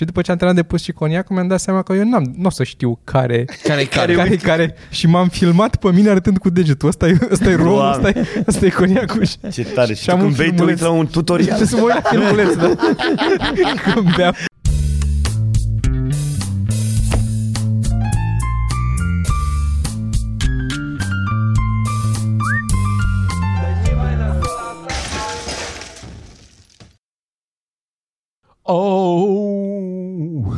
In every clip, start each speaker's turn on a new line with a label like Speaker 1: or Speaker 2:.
Speaker 1: Și după ce am terminat de pus și coniacul, mi-am dat seama că eu n-am, nu o să știu care,
Speaker 2: Care-i care?
Speaker 1: care, care, și m-am filmat pe mine arătând cu degetul. Ăsta e, ăsta e rom,
Speaker 3: Doamne.
Speaker 1: ăsta e, ăsta e coniacul. Și
Speaker 3: Ce tare. Și,
Speaker 1: am
Speaker 3: tu
Speaker 1: un
Speaker 3: când vei, tu
Speaker 1: filmuleț.
Speaker 3: uiți la un tutorial.
Speaker 1: trebuie să mă uit la filmuleț, da? Când beam.
Speaker 2: Oh!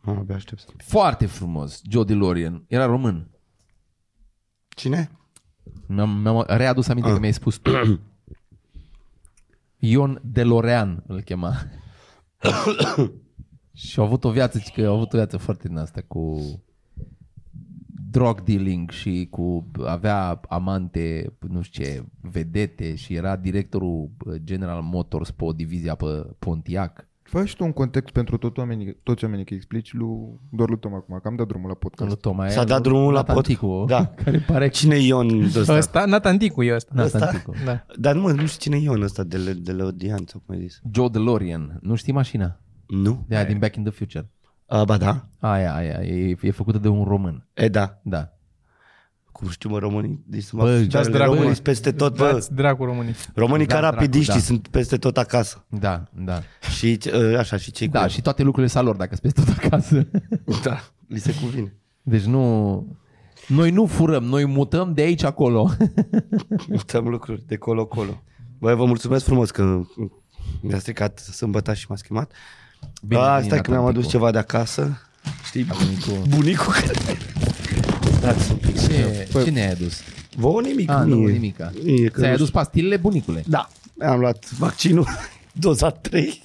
Speaker 3: Mă, abia aștept. să-
Speaker 2: Foarte frumos, Joe DeLorean. Era român.
Speaker 3: Cine? Ah.
Speaker 2: Mi-am, mi-am readus aminte că mi-ai spus tu. Ion DeLorean îl chema. și a avut o viață, zic că a avut o viață foarte din asta cu drug dealing și cu avea amante, nu știu ce, vedete și era directorul uh, General Motors pe o divizia pe Pontiac.
Speaker 4: Fă și tu un context pentru tot oamenii, toți oamenii că explici lui, doar lui Tom acum, că am dat drumul la podcast.
Speaker 2: Domnul Tomae.
Speaker 3: S-a dat drumul la pot.
Speaker 2: Tanticu,
Speaker 3: Da.
Speaker 2: Care pare că
Speaker 3: Cine e Ion de ăsta?
Speaker 1: Ăsta, Natanticu e ăsta.
Speaker 2: Na, Tanticu.
Speaker 1: Da.
Speaker 3: Dar nu, mă, nu știu cine e Ion ăsta de, le, de Leodian, sau cum ai zis.
Speaker 2: Joe DeLorean. Nu știi mașina?
Speaker 3: Nu?
Speaker 2: De aia din Back in the Future.
Speaker 3: A, ba da.
Speaker 2: Aia, aia. E, e făcută de un român.
Speaker 3: E, da.
Speaker 2: Da.
Speaker 3: Cum știu, mă, românii. Deci sunt
Speaker 2: Bă,
Speaker 3: mă,
Speaker 2: dați
Speaker 3: picioarele,
Speaker 2: dracu,
Speaker 3: românii
Speaker 2: mă.
Speaker 3: sunt peste tot, bă.
Speaker 1: Dați dracu românii.
Speaker 3: Românii ca
Speaker 2: dați dracu,
Speaker 3: rapidiștii
Speaker 2: da.
Speaker 3: sunt peste tot acasă.
Speaker 2: Da, da.
Speaker 3: Și uh, așa, și cei
Speaker 2: Da,
Speaker 3: cu
Speaker 2: și toate lucrurile sunt ale lor dacă sunt peste tot acasă.
Speaker 3: Da, li se cuvine.
Speaker 2: Deci nu... Noi nu furăm, noi mutăm de aici acolo.
Speaker 3: Uităm lucruri de colo-colo. Băi, vă mulțumesc frumos că mi-a stricat sâmbătă și m-a schemat. Bine,
Speaker 2: Bine,
Speaker 3: A,
Speaker 2: bine,
Speaker 3: stai că mi-am
Speaker 2: Atlanticul.
Speaker 3: adus ceva de acasă. Știi,
Speaker 2: Bunicul.
Speaker 3: bunicul care... Dați un pic.
Speaker 2: Ce, Păi, ce ne-ai adus?
Speaker 3: Vouă nimic.
Speaker 2: A, nu,
Speaker 3: mie.
Speaker 2: nimica.
Speaker 3: Mie, că
Speaker 2: Ți-ai
Speaker 3: nu
Speaker 2: adus pastilele, bunicule.
Speaker 3: știu. Da, am luat vaccinul, doza 3.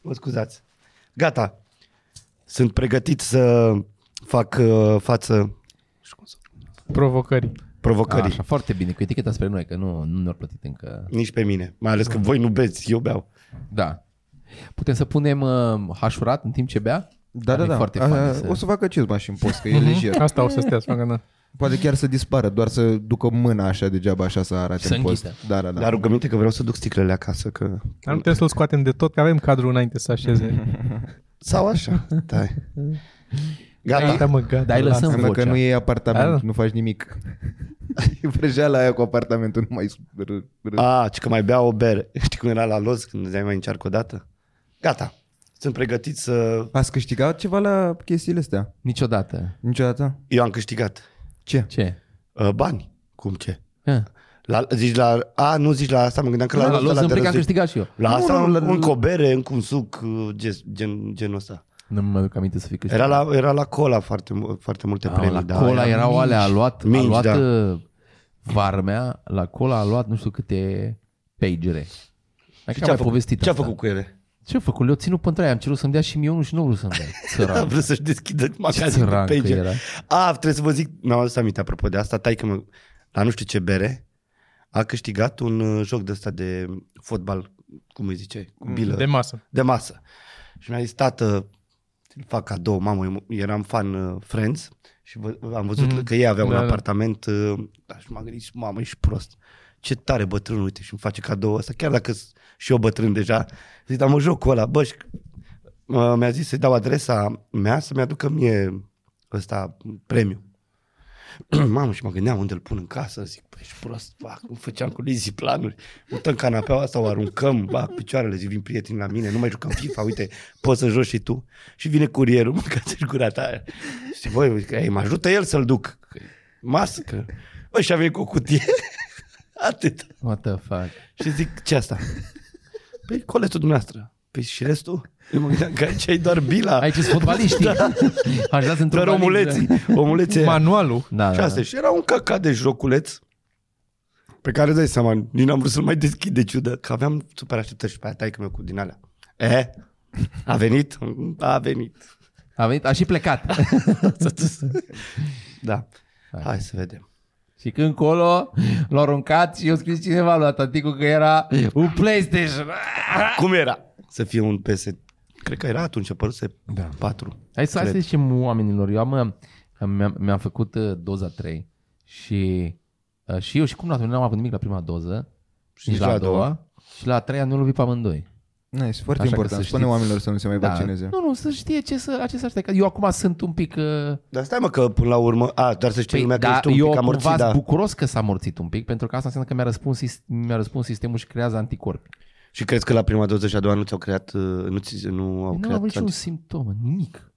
Speaker 3: Mă scuzați. Gata. Sunt pregătit să fac uh, față
Speaker 1: Provocări.
Speaker 2: A,
Speaker 3: provocării.
Speaker 2: așa, foarte bine, cu eticheta spre noi, că nu, nu ne-au plătit încă.
Speaker 3: Nici pe mine. Mai ales că voi nu beți, eu beau.
Speaker 2: Da. Putem să punem uh, hașurat în timp ce bea?
Speaker 4: Da, da,
Speaker 2: E
Speaker 4: da.
Speaker 2: foarte
Speaker 4: A,
Speaker 2: fain să... Mhm.
Speaker 4: O să facă acest mașin în post, că e lejer.
Speaker 1: Asta o să stea, să facă, da.
Speaker 4: Poate chiar să dispară, doar să ducă mâna așa degeaba așa să arate
Speaker 2: Să
Speaker 4: în post.
Speaker 2: înghită.
Speaker 4: Da, da,
Speaker 3: Dar
Speaker 4: da.
Speaker 3: rugăminte că vreau să duc sticlele acasă că...
Speaker 1: Dar nu trebuie să-l scoatem de tot, că avem cadrul înainte să așeze.
Speaker 3: Sau așa, da.
Speaker 1: Gata,
Speaker 3: Gata.
Speaker 1: mă, gata.
Speaker 2: Dar îi lăsăm
Speaker 4: Înseamnă că
Speaker 2: vocea.
Speaker 4: nu e apartament,
Speaker 1: Da, da.
Speaker 4: nu faci nimic. E vrăjeala aia cu apartamentul, nu mai... r- r-
Speaker 3: A, ci că mai bea o bere. Știi cum era la Loz când îți dai mai încearcă o dată? Gata. Sunt pregătit să...
Speaker 4: Ați câștigat ceva la chestiile astea?
Speaker 2: Niciodată.
Speaker 4: Niciodată?
Speaker 3: Eu am câștigat.
Speaker 4: Ce?
Speaker 2: Ce?
Speaker 3: Uh, bani. Cum ce?
Speaker 2: Ah.
Speaker 3: La, zici la... A, nu zici la asta, mă gândeam că la,
Speaker 2: La, la,
Speaker 3: Loz
Speaker 2: la,
Speaker 3: ăla
Speaker 2: la,
Speaker 3: te
Speaker 2: la am
Speaker 3: răzești.
Speaker 2: câștigat și eu.
Speaker 3: La
Speaker 4: Nu,
Speaker 3: asta
Speaker 4: nu,
Speaker 3: un,
Speaker 4: la-
Speaker 3: un cobere, încă un suc, uh, ges- gen, genul ăsta.
Speaker 2: Nu mă aduc aminte să fi câștigat.
Speaker 3: Era la, era la cola foarte, mu- foarte multe
Speaker 2: Ah,
Speaker 3: premii.
Speaker 2: la
Speaker 3: da,
Speaker 2: cola erau
Speaker 3: mici.
Speaker 2: alea, a luat,
Speaker 3: Mingi,
Speaker 2: a luat
Speaker 3: da.
Speaker 2: da. varmea, la cola a luat nu știu câte pagere. Hai
Speaker 3: Și
Speaker 2: că am
Speaker 3: ce-a
Speaker 2: mai
Speaker 3: făcut,
Speaker 2: povestit
Speaker 3: ce-a
Speaker 2: asta.
Speaker 3: făcut cu ele?
Speaker 2: Ce-a făcut? Le-au ținut pentru aia, am cerut să-mi dea și mie unul și nu vreau să-mi dea.
Speaker 3: A
Speaker 2: Sărac.
Speaker 3: vrut să-și deschidă magazinul
Speaker 2: țărancă
Speaker 3: pe
Speaker 2: era.
Speaker 3: era. A, trebuie să vă zic, mi-am adus aminte apropo de asta, tai că mă, la nu știu ce bere a câștigat un uh, joc de ăsta de fotbal, cum îi zice, cu bilă,
Speaker 1: De
Speaker 3: de,
Speaker 1: masă.
Speaker 3: de masă. Și mi-a zis, tată, îl fac cadou, mamă, eu eram fan uh, Friends și vă, am văzut mm-hmm. că ei aveau da,
Speaker 1: Da,
Speaker 3: un
Speaker 1: da.
Speaker 3: apartament uh, da, și m-am gândit, mamă, ești prost. Ce tare bătrân, uite, și îmi face cadou ăsta, chiar dacă s- și eu bătrân deja. Zic, dar mă joc cu ăla, bă, și uh, mi-a zis să-i dau adresa mea să-mi aducă mie ăsta premiu. Mamă, și mă gândeam unde îl pun în casă, zic, păi ești prost, fac, cum făceam cu Lizzy planuri, mutăm canapeaua asta, o aruncăm, ba, picioarele, zic, vin prieteni la mine, nu mai jucăm FIFA, uite, poți să joci și tu. Și vine curierul, mâncați-și gura ta aia. Și voi, zic, ei, mă ajută el să-l duc. Că e Masă, că... Bă, și a venit cu o cutie. Atât.
Speaker 2: What the fuck?
Speaker 3: Și zic, ce asta? Păi coletul dumneavoastră. Păi și restul? Eu mă gândeam că aici e doar bila,
Speaker 2: Aici sunt fotbaliștii. Aș da într-o
Speaker 3: doar omuleții. Omulețe.
Speaker 1: Manualul.
Speaker 2: Da,
Speaker 3: Și
Speaker 2: da,
Speaker 3: asta
Speaker 2: da.
Speaker 3: e. și era un căcat de joculeț pe care îți dai seama, nici n-am vrut să-l mai deschid de ciudă, că aveam super așteptări și pe aia taică meu cu din alea. E? A venit? A venit.
Speaker 2: A venit, a și plecat.
Speaker 3: Da. Hai să vedem.
Speaker 2: și când colo l-au aruncat și eu scris cineva la taticu că era un PlayStation.
Speaker 3: Cum era? Să fie un PS... Cred că era atunci, apăruse da. 4.
Speaker 2: Hai să, hai să
Speaker 3: Cred.
Speaker 2: zicem oamenilor, eu am, am- mi-am, mi-am făcut uh, doza 3 și, uh, și eu și cum la nu am avut nimic la prima doză, și nici la a doua, și la a treia nu lovit pe amândoi.
Speaker 4: Nice, foarte
Speaker 2: Așa că
Speaker 4: important.
Speaker 2: să
Speaker 4: Spune
Speaker 2: știți. Da.
Speaker 4: oamenilor să nu se mai vaccineze.
Speaker 2: Nu, nu, să știe ce să, la ce să aștepte. Că Eu acum sunt un pic... Uh,
Speaker 3: Dar stai mă că până la urmă... A, doar să știi Păi lumea că
Speaker 2: da,
Speaker 3: ești un
Speaker 2: eu
Speaker 3: pic
Speaker 2: cumva
Speaker 3: amorțit,
Speaker 2: sunt
Speaker 3: da.
Speaker 2: bucuros că s-a morțit un pic, pentru că asta înseamnă că mi-a răspuns, sis- mi-a răspuns sistemul și creează anticorpi.
Speaker 3: Și crezi că la prima doză și a doua nu ți-au creat... uh, Nu, ți, nu au
Speaker 2: Păi Nu am
Speaker 3: creat...
Speaker 2: avut niciun
Speaker 3: anti-
Speaker 2: simptom, nimic.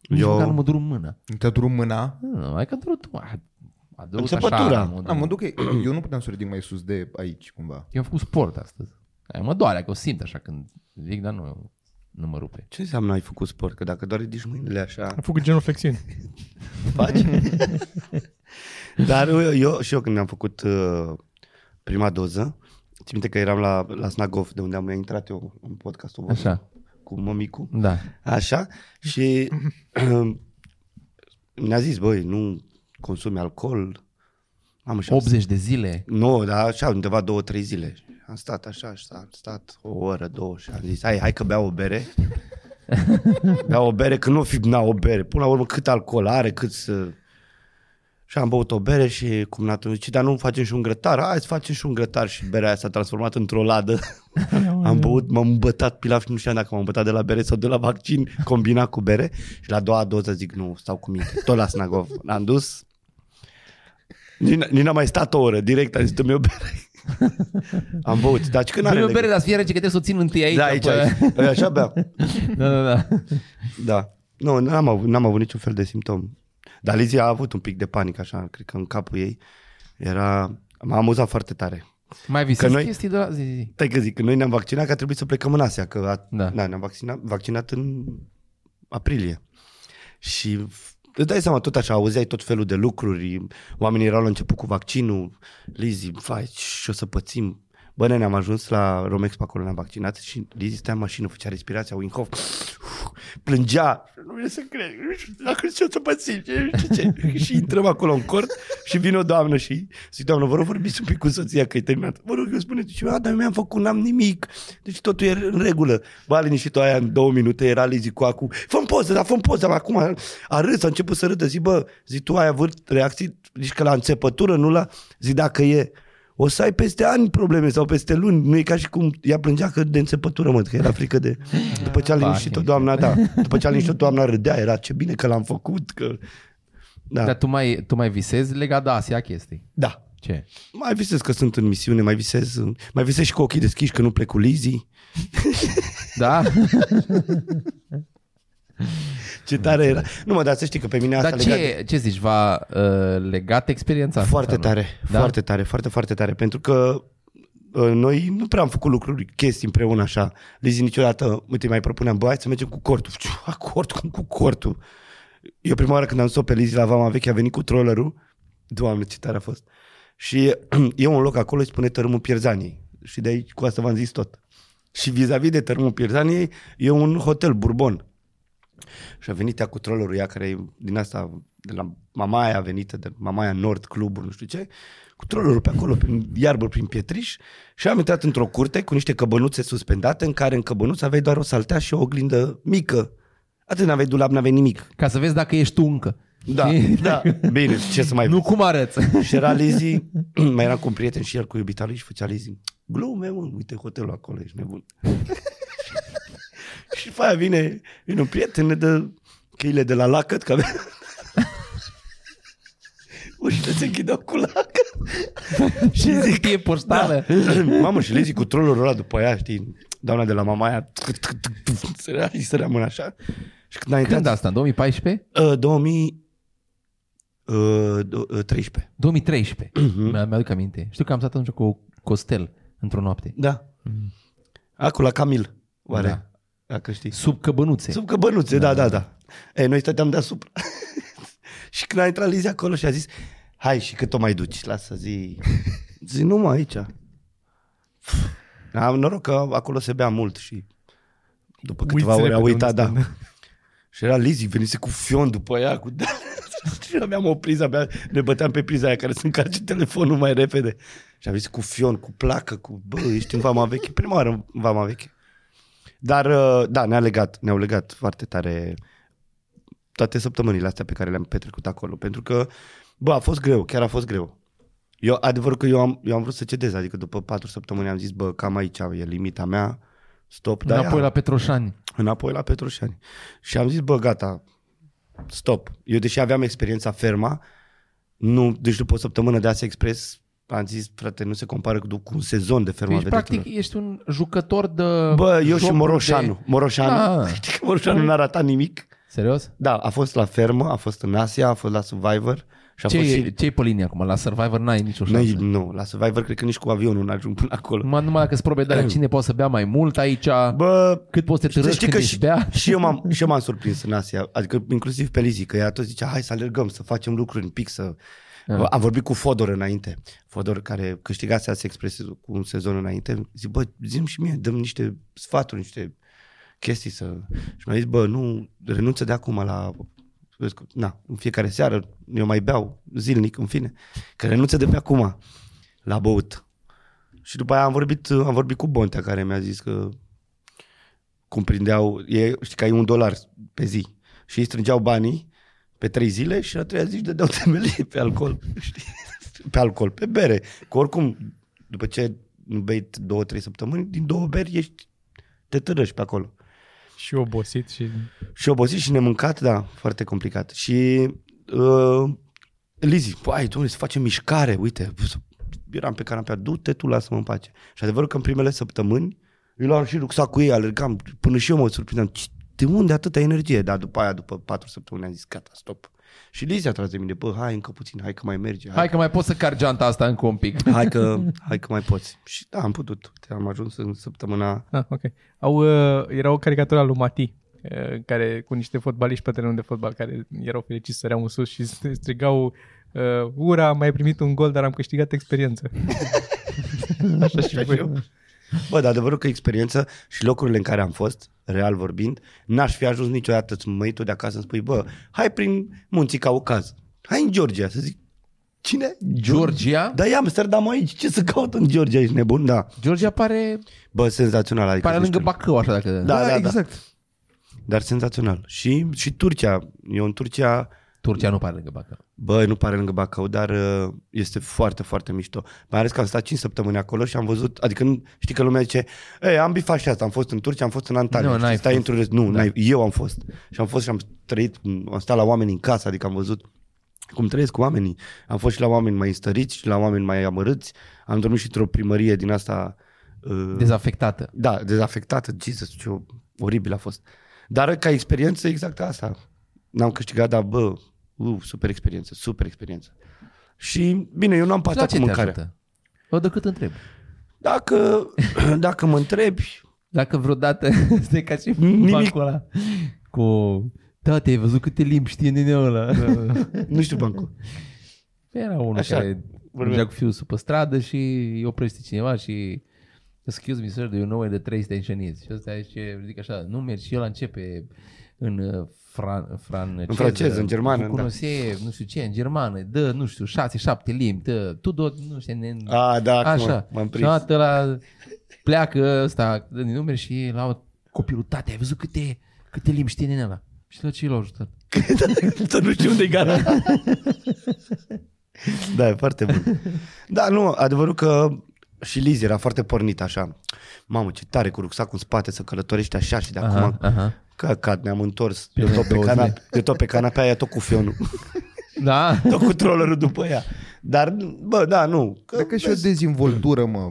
Speaker 2: Nici
Speaker 3: Eu-
Speaker 2: eu... măcar nu mă dur mâna.
Speaker 4: Nu te-a durut mâna?
Speaker 2: Nu, Nu, ai că durut tu. A, a durut
Speaker 3: Înțepătura.
Speaker 2: așa.
Speaker 4: Da,
Speaker 2: Am
Speaker 4: mă duc, eu nu puteam să ridic mai sus de aici, cumva.
Speaker 2: Eu am făcut sport astăzi. Aia mă doare, că o simt așa când ridic, dar nu, nu mă rupe.
Speaker 3: Ce înseamnă ai făcut sport? Că dacă doar ridici mâinile așa...
Speaker 1: Am făcut genoflexiuni.
Speaker 3: faci. Dar eu, eu și eu când mi-am făcut uh, prima doză, țin minte că eram la, la Snagov, de unde am intrat eu în podcastul vostru
Speaker 2: Așa,
Speaker 3: cu mămicu.
Speaker 2: da.
Speaker 3: Așa. Și ne-a zis, băi, nu consumi alcool. Am așa.
Speaker 2: 80 de zile.
Speaker 3: Nu, dar așa, undeva două, trei zile. Am stat așa și am stat o oră, două și am zis, hai, hai că beau o bere. beau o bere, că nu fi na, o bere. Până la urmă, cât alcool are, cât să... Și am băut o bere și cum n-a zice, dar nu facem și un grătar? Hai să facem și un grătar și berea aia s-a transformat într-o ladă. am băut, m-am îmbătat pilaf și nu știam dacă m-am îmbătat de la bere sau de la vaccin combinat cu bere. Și la a doua doză zic, nu, stau cu minte. Tot la Snagov. L-am dus, nici n- nici n-am mai stat o oră, direct am zis, dă-mi o bere. am băut, dar și când are
Speaker 2: Dă-mi o
Speaker 3: legătură?
Speaker 2: bere, dar să fie rece, că trebuie să o țin întâi aici.
Speaker 3: Da, aici,
Speaker 2: apoi-
Speaker 3: aici. Eu Așa beau.
Speaker 2: Da, da, da.
Speaker 3: Da. Nu, n-am avut, n-am avut niciun fel de simptom. Dar Lizia a avut un pic de panică, așa, cred că în capul ei era... M-a amuzat foarte tare.
Speaker 2: Mai visezi
Speaker 3: noi-
Speaker 2: noi... chestii de la... Zi, zi, zi.
Speaker 3: Stai că zic, că noi ne-am vaccinat că a trebuit să plecăm în Asia, că a, da.
Speaker 2: Da.
Speaker 3: na, ne-am vaccinat, vaccinat în aprilie. Și f- îți dai seama, tot așa, auzeai tot felul de lucruri, oamenii erau la început cu vaccinul, Lizi, vai, și o să pățim. Bă, nene, am ajuns la Romex pe acolo, ne-am vaccinat și Lizi stea în mașină, făcea respirația, Wim Hof, plângea, nu vine să cred, nu știu, dacă ce o să pățim, ce, ce, ce. și intrăm acolo în cort și vine o doamnă și zic, doamnă, vă rog, vorbiți un pic cu soția că e terminat. Vă rog, eu spuneți ceva, "A, dar mi-am făcut, n-am nimic, deci totul e în regulă. Bă, a liniștit-o aia în două minute, era Lizi cu acum, fă poză, dar fă poză, dar acum a râs, a început să râdă, zic, bă, zic, tu ai avut reacții, zici că la înțepătură, nu la, zic, dacă e, o să ai peste ani probleme sau peste luni. Nu e ca și cum ea plângea că de înțepătură, mă, că era frică de... După ce a liniștit-o doamna, da. După ce a liniștit-o doamna râdea, era ce bine că l-am făcut, că... Da,
Speaker 2: Dar
Speaker 3: da.
Speaker 2: tu mai, tu mai visezi legat de Asia chestii.
Speaker 3: da.
Speaker 2: Ce?
Speaker 3: Mai visez că sunt în misiune, mai visez, mai visez și cu ochii deschiși că nu plec cu Lizzy.
Speaker 2: Da?
Speaker 3: Ce tare era. Nu mă, dar să știi că pe mine asta
Speaker 2: Dar
Speaker 3: legat de-
Speaker 2: ce, ce zici? Va uh, legat experiența asta?
Speaker 3: Foarte
Speaker 2: sau nu?
Speaker 3: tare, da?
Speaker 2: Da?
Speaker 3: foarte tare, foarte, foarte tare, pentru că uh, noi nu prea am făcut lucruri, chestii împreună așa. Lizi niciodată, uite, mai propuneam, bă, hai să mergem cu cortul. Ciu, a, cort, cum cu cortul? Eu prima oară când am zis pe Lizi la Vama Veche, a venit cu trollerul. Doamne, ce tare a fost. Și e un loc acolo, îi spune Tărâmul Pierzaniei. Și de aici, cu asta v-am zis tot. Și vis-a-vis de Tărâmul Pierzaniei, e un hotel, Bourbon. Și a venit ea cu trollerul ea care e din asta, de la Mamaia venită, de Mamaia Nord, clubul, nu știu ce, cu trollerul pe acolo, prin iarbă, prin pietriș și am intrat într-o curte cu niște căbănuțe suspendate în care în căbănuț aveai doar o saltea și o oglindă mică. Atât n-aveai dulap, n-aveai nimic.
Speaker 2: Ca să vezi dacă ești tu încă.
Speaker 3: Da,
Speaker 2: Știi?
Speaker 3: da, bine, ce să mai
Speaker 2: Nu cum arăți.
Speaker 3: și era Lizzy, mai era cu un prieten și el cu iubita lui și făcea Lizzy, glume mă, uite hotelul acolo, ești nebun. și după aia vine, vine un prieten, ne dă cheile de la lacăt, că avea... Ușile se închideau cu lacăt.
Speaker 2: Și zic, e poștală.
Speaker 3: Mamă, și Lizzy cu trollerul ăla după ea, știi, doamna de la mama aia, sărea, îi sărea mâna așa. Și când a intrat,
Speaker 2: Când asta? În 2014?
Speaker 3: uh, 2000, uh, do- uh, 13.
Speaker 2: 2013.
Speaker 3: Mhm.
Speaker 2: Mi- Mi-aduc aminte. Știu că am stat atunci cu Costel într-o noapte.
Speaker 3: Da. Acolo la Camil, oare? Da.
Speaker 2: Da.
Speaker 3: Dacă știi.
Speaker 2: Sub căbănuțe.
Speaker 3: Sub căbănuțe, da, da, da. Ei, noi stăteam deasupra. și când a intrat Lizi acolo și a zis, hai și cât o mai duci, lasă zi. Zi, nu mă, aici. Am noroc că acolo se bea mult și după câteva
Speaker 1: Uiți
Speaker 3: ore a
Speaker 1: repede
Speaker 3: uitat,
Speaker 1: unde
Speaker 3: da. Și era Lizi, venise cu fion după ea, cu... și eu aveam o priză, abia ne băteam pe priza aia care se încarce telefonul mai repede. Și am zis cu fion, cu placă, cu... Bă, ești în vama veche. Prima oară în vama veche. Dar, uh, da, ne-a legat, ne-au legat foarte tare toate săptămânile astea pe care le-am petrecut acolo. Pentru că, bă, a fost greu, chiar a fost greu. Eu, adevărul că eu am, eu am vrut să cedez, adică după patru săptămâni am zis, bă, cam aici e limita mea, stop. Dar
Speaker 2: Da, Înapoi
Speaker 3: ea-
Speaker 2: la Petroșani.
Speaker 3: înapoi la Petroșani. Și am zis, bă, gata, stop. Eu, deși aveam experiența ferma, nu, deci după o săptămână de Asia Express, am zis, frate, nu se compară cu, cu un sezon de ferma
Speaker 2: Deci, practic,
Speaker 3: vedetelor.
Speaker 2: ești un jucător de...
Speaker 3: Bă, eu și
Speaker 2: jocuri
Speaker 3: Moroșanu.
Speaker 2: De...
Speaker 3: Moroșanu.
Speaker 2: Da.
Speaker 3: Știi că Moroșanu n-a ratat nimic.
Speaker 2: Serios?
Speaker 3: Da, a fost la fermă, a fost în Asia, a fost la Survivor și a
Speaker 2: Ce
Speaker 3: fost
Speaker 2: e,
Speaker 3: și...
Speaker 2: ce-i pe linie acum? La Survivor n-ai nicio
Speaker 3: Noi,
Speaker 2: șansă.
Speaker 3: nu, la Survivor cred că nici cu avionul n-ajung până acolo.
Speaker 2: Numai, numai dacă îți probe de alea, cine poate să bea mai mult aici, Bă,
Speaker 3: Bă,
Speaker 2: cât poți să te târăști când ești
Speaker 3: și,
Speaker 2: bea.
Speaker 3: și, eu m-am, și eu m-am surprins în Asia, adică inclusiv pe Lizi, că ea tot zicea, hai să alergăm, să facem lucruri un pic, să...
Speaker 2: Da.
Speaker 3: Am vorbit cu Fodor înainte, Fodor care câștigase azi Express cu un sezon înainte, zic, bă, zim și mie, dăm niște sfaturi, niște chestii să... Și mi-a zis, bă, nu, renunță de acum la... Vezi că, Na, în fiecare seară, eu mai beau zilnic, în fine, că renunță de pe acum la băut. Și după aia am vorbit, am vorbit cu Bontea care mi-a zis că cum prindeau, e, știi că ai un dolar pe zi și ei strângeau banii pe trei zile și la treia zi își dădeau temelie pe alcool, știi? pe alcool, pe bere. Că oricum, după ce nu bei două, trei săptămâni, din două beri ești, te târăști pe acolo.
Speaker 1: Și obosit și...
Speaker 3: Și obosit și nemâncat, da, foarte complicat. Și uh, Lizi, băi, domnule, să facem mișcare, uite, eram pe canapea, du-te tu, lasă-mă în pace. Și adevărul că în primele săptămâni, eu luam și rucsacul cu ei, alergam, până și eu mă surprindeam, "Ce- de unde atâta energie? Dar după aia, după patru săptămâni, am zis, gata, stop. Și Lizi a tras de mine, bă, hai încă puțin, hai că mai merge, hai,
Speaker 2: Hai că mai poți să car geanta asta încă un pic.
Speaker 3: hai, că, hai că mai poți. Și da, am putut, uite, am ajuns în săptămâna
Speaker 1: Ah, ok. Au, uh, era o caricatură a lui Mati, uh, care, cu niște fotbaliști pe terenul de fotbal care erau fericiți, săreau în sus și st- strigau uh, Ura, am mai primit un gol, dar am câștigat experiență. Păi, Așa și voi.
Speaker 3: Păi, Bă, dar adevărul că experiență și locurile în care am fost, real vorbind, n-aș fi ajuns niciodată să mă iei tu de acasă să-mi spui, bă, hai prin munții Caucaz, hai în Georgia, să zic, cine?
Speaker 2: Georgia?
Speaker 3: Da, ia Amsterdam aici, ce să caut în Georgia, ești nebun, da.
Speaker 2: Georgia pare,
Speaker 3: Bă, senzațional, adică,
Speaker 2: pare
Speaker 3: nu
Speaker 2: lângă
Speaker 3: știu,
Speaker 2: Bacău, așa dacă...
Speaker 3: Da, da, da.
Speaker 2: exact.
Speaker 3: dar senzațional. Și, și Turcia, eu în Turcia,
Speaker 2: Turcia nu pare lângă Bacău.
Speaker 3: Bă, nu pare lângă Bacău, dar uh, este foarte, foarte mișto. Mai ales că am stat 5 săptămâni acolo și am văzut, adică nu- știi că lumea zice, ei, am bifat și asta, am fost în Turcia, am fost în Antalya.
Speaker 2: Nu,
Speaker 3: știi,
Speaker 2: n-ai
Speaker 3: stai
Speaker 2: fost. Da.
Speaker 3: într-un rest- Nu, n-ai, eu am fost. Și am fost și am trăit, am stat la oameni în casă, adică am văzut cum trăiesc cu oamenii. Am fost și la oameni mai înstăriți și la oameni mai amărâți. Am dormit și într-o primărie din asta... Uh,
Speaker 2: Dezafectată.
Speaker 3: da, dezafectată, Jesus, ce oribil a fost. Dar ca experiență, exact asta. N-am câștigat, dar bă, uh, super experiență, super experiență. Și bine, eu n-am
Speaker 2: La
Speaker 3: patat
Speaker 2: ce
Speaker 3: cu
Speaker 2: te
Speaker 3: mâncarea.
Speaker 2: ajută? O, de cât întreb.
Speaker 3: Dacă, dacă mă întrebi,
Speaker 2: Dacă vreodată este ca și
Speaker 3: Nimic.
Speaker 2: bancul ăla cu... Tati, ai văzut câte limbi știe neneul ăla?
Speaker 3: nu știu bancul.
Speaker 2: Era
Speaker 3: Așa,
Speaker 2: unul Așa, care mergea cu fiul pe stradă și îi oprește cineva și Excuse me, sir, do you know where the train station is? Și ăsta zice, ridică așa, nu mergi și el începe în uh, fran, franceză,
Speaker 3: În franceză, în germană, da.
Speaker 2: cunosie, nu știu ce, în germană, dă, nu știu, șase, șapte limbi, dă, tu dă, nu știu, ne,
Speaker 3: A, da, acum
Speaker 2: așa.
Speaker 3: m-am
Speaker 2: Și
Speaker 3: prins.
Speaker 2: odată la, pleacă ăsta din numere și la copilul tate, ai văzut câte, câte limbi știe nenea ăla? Și la ce l-a ajutat?
Speaker 3: Să nu știu unde e gara. da, e foarte bun. Da, nu, adevărul că și Liz era foarte pornit așa. Mamă, ce tare cu rucsacul în spate să călătorești așa și de acum
Speaker 2: Aha, aha.
Speaker 3: Căcat, ne-am întors. Eu tot, pe canape, eu tot pe canapea, ea tot cu fionul.
Speaker 2: Da?
Speaker 3: tot cu trollerul după ea. Dar, bă, da, nu. Că,
Speaker 4: Dacă și o dezvoltură, mă,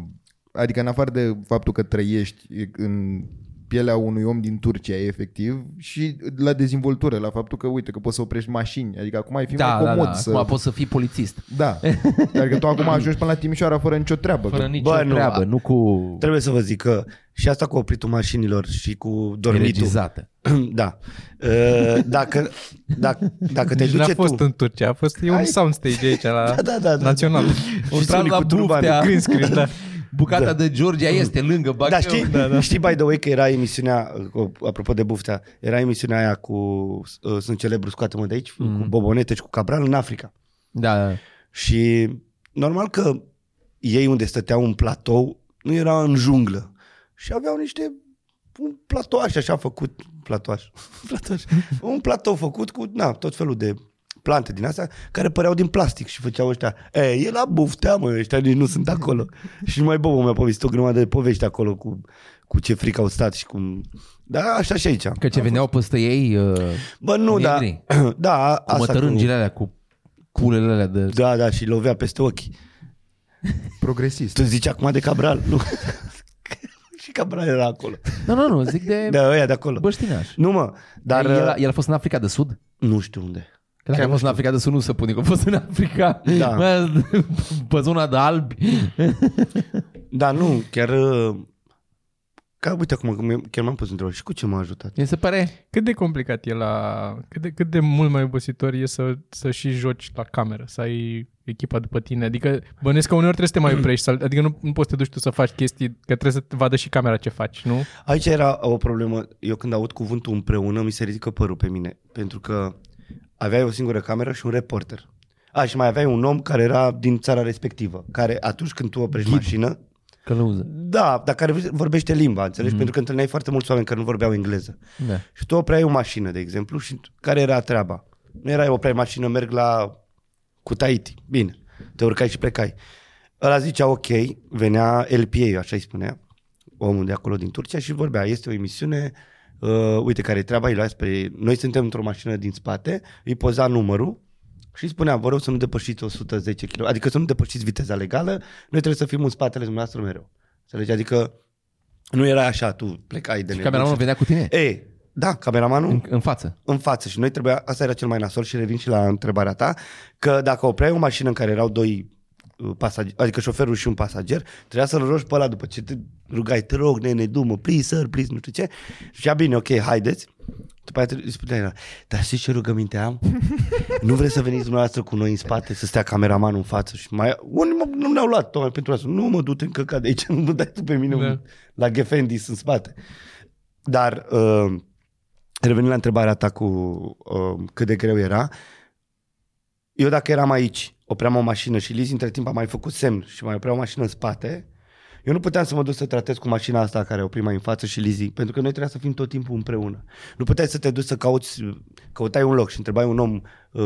Speaker 4: adică în afară de faptul că trăiești e, în pielea unui om din Turcia, efectiv, și la dezvoltură, la faptul că, uite, că poți să oprești mașini, adică acum ai fi
Speaker 2: Da,
Speaker 4: mai
Speaker 2: da,
Speaker 4: comod
Speaker 2: da.
Speaker 4: să...
Speaker 2: Acum poți să fii polițist.
Speaker 4: Da, adică tu acum ajungi până la Timișoara fără nicio treabă.
Speaker 2: Fără
Speaker 4: că...
Speaker 2: nicio
Speaker 3: Bă, nu,
Speaker 2: treabă,
Speaker 3: a-
Speaker 2: nu cu
Speaker 3: Trebuie să vă zic că și asta cu opritul mașinilor și cu dormitul.
Speaker 2: regizată.
Speaker 3: da. Uh, Dacă, dacă, dacă te
Speaker 1: Deci
Speaker 3: duce
Speaker 1: n-a fost
Speaker 3: tu...
Speaker 1: în Turcia, a fost, e un
Speaker 3: Hai.
Speaker 1: soundstage aici la
Speaker 3: Da, da, da, da.
Speaker 1: Național.
Speaker 3: Și Sully cu turbane.
Speaker 1: Green screen, da.
Speaker 2: Bucata da. de Georgia este lângă Bacău.
Speaker 3: Dar știi, da, da. știi, by the way, că era emisiunea, o, apropo de buftea, era emisiunea aia cu uh, Sunt celebru, scoate-mă de aici, mm. cu Bobonete și cu Cabral în Africa.
Speaker 2: Da,
Speaker 3: Și normal că ei unde stăteau un platou nu era în junglă și aveau niște un platoaș așa făcut, platoaș, platoaș un platou făcut cu na, tot felul de plante din astea, care păreau din plastic și făceau ăștia. E, e la buftea, mă, ăștia nici nu sunt acolo. și mai Bobo mi-a povestit o grămadă de povești acolo cu, cu ce frică au stat și cum... Da, așa și aici.
Speaker 2: Că ce veneau peste ei uh,
Speaker 3: Bă, nu, da.
Speaker 2: negri.
Speaker 3: da,
Speaker 2: cu mătărângile alea, cu pulele alea de...
Speaker 3: Da, da, și lovea peste ochi.
Speaker 4: Progresist.
Speaker 3: Tu zici acum de Cabral, nu? și Cabral era acolo.
Speaker 2: Nu, nu, nu, zic de
Speaker 3: Da, ăia de acolo.
Speaker 2: băștinaș.
Speaker 3: Nu mă, dar... uh,
Speaker 2: Dar el, a- el a fost în Africa de Sud?
Speaker 3: Nu știu unde.
Speaker 2: Că dacă a fost în Africa de Sud, nu se pune că a fost în Africa.
Speaker 3: Da.
Speaker 2: Bă, Pe zona de albi.
Speaker 3: Da, nu, chiar... uh, Ca, uite acum, că mi- chiar m-am pus întrebare. Și cu ce m-a ajutat?
Speaker 2: Mi se pare...
Speaker 1: Cât de complicat e la... Cât de, cât de mult mai obositor e să, să și joci la cameră, să ai echipa după tine. Adică bănuiesc că uneori trebuie să te mai oprești. Să, adică nu, nu poți să te duci tu să faci chestii, că trebuie să te vadă și camera ce faci, nu?
Speaker 3: Aici era o problemă. Eu când aud cuvântul împreună, mi se ridică părul pe mine. Pentru că aveai o singură cameră și un reporter. A, și mai aveai un om care era din țara respectivă, care atunci când tu oprești mașină,
Speaker 2: Călăuză.
Speaker 3: da, dar care vorbește limba, înțelegi? Mm. Pentru că întâlneai foarte mulți oameni care nu vorbeau engleză.
Speaker 2: Da.
Speaker 3: Și tu opreai o mașină, de exemplu, și care era treaba? Nu era opreai mașină, merg la cu Tahiti. Bine, te urcai și plecai. Ăla zicea ok, venea LPA, așa îi spunea, omul de acolo din Turcia și vorbea, este o emisiune, uh, uite care e treaba, îi luați pe... Noi suntem într-o mașină din spate, îi poza numărul și îi spunea, vă rog să nu depășiți 110 km, adică să nu depășiți viteza legală, noi trebuie să fim în spatele dumneavoastră mereu. Înțelegi? Adică nu era așa, tu plecai de
Speaker 2: Și
Speaker 3: nebun
Speaker 2: cameramanul
Speaker 3: și-
Speaker 2: venea cu tine?
Speaker 3: E, da, cameramanul
Speaker 2: În,
Speaker 3: în,
Speaker 2: în față.
Speaker 3: în față și noi trebuia, asta era cel mai nasol și revin și la întrebarea ta, că dacă opreai o mașină în care erau doi uh, pasageri, adică șoferul și un pasager, trebuia să-l rogi pe ăla după ce te rugai, te rog, nene, du-mă, please, sir, please, nu știu ce. Și a bine, ok, haideți. După aceea îi spuneai, la, dar știți ce rugăminte am? nu vreți să veniți dumneavoastră cu noi în spate, să stea cameramanul în față și mai... Unii mă, nu ne-au luat tocmai pentru asta. Nu mă du-te în căcat de aici, nu mă dai tu pe mine
Speaker 1: Da.
Speaker 3: da. la Gefendis în spate. Dar uh, revenind la întrebarea ta cu uh, cât de greu era, eu dacă eram aici, opream o mașină și Liz între timp a mai făcut semn și mai oprea o mașină în spate, eu nu puteam să mă duc să tratez cu mașina asta care o prima în față și Lizi, pentru că noi trebuia să fim tot timpul împreună. Nu puteai să te duci să cauți, căutai un loc și întrebai un om, uh,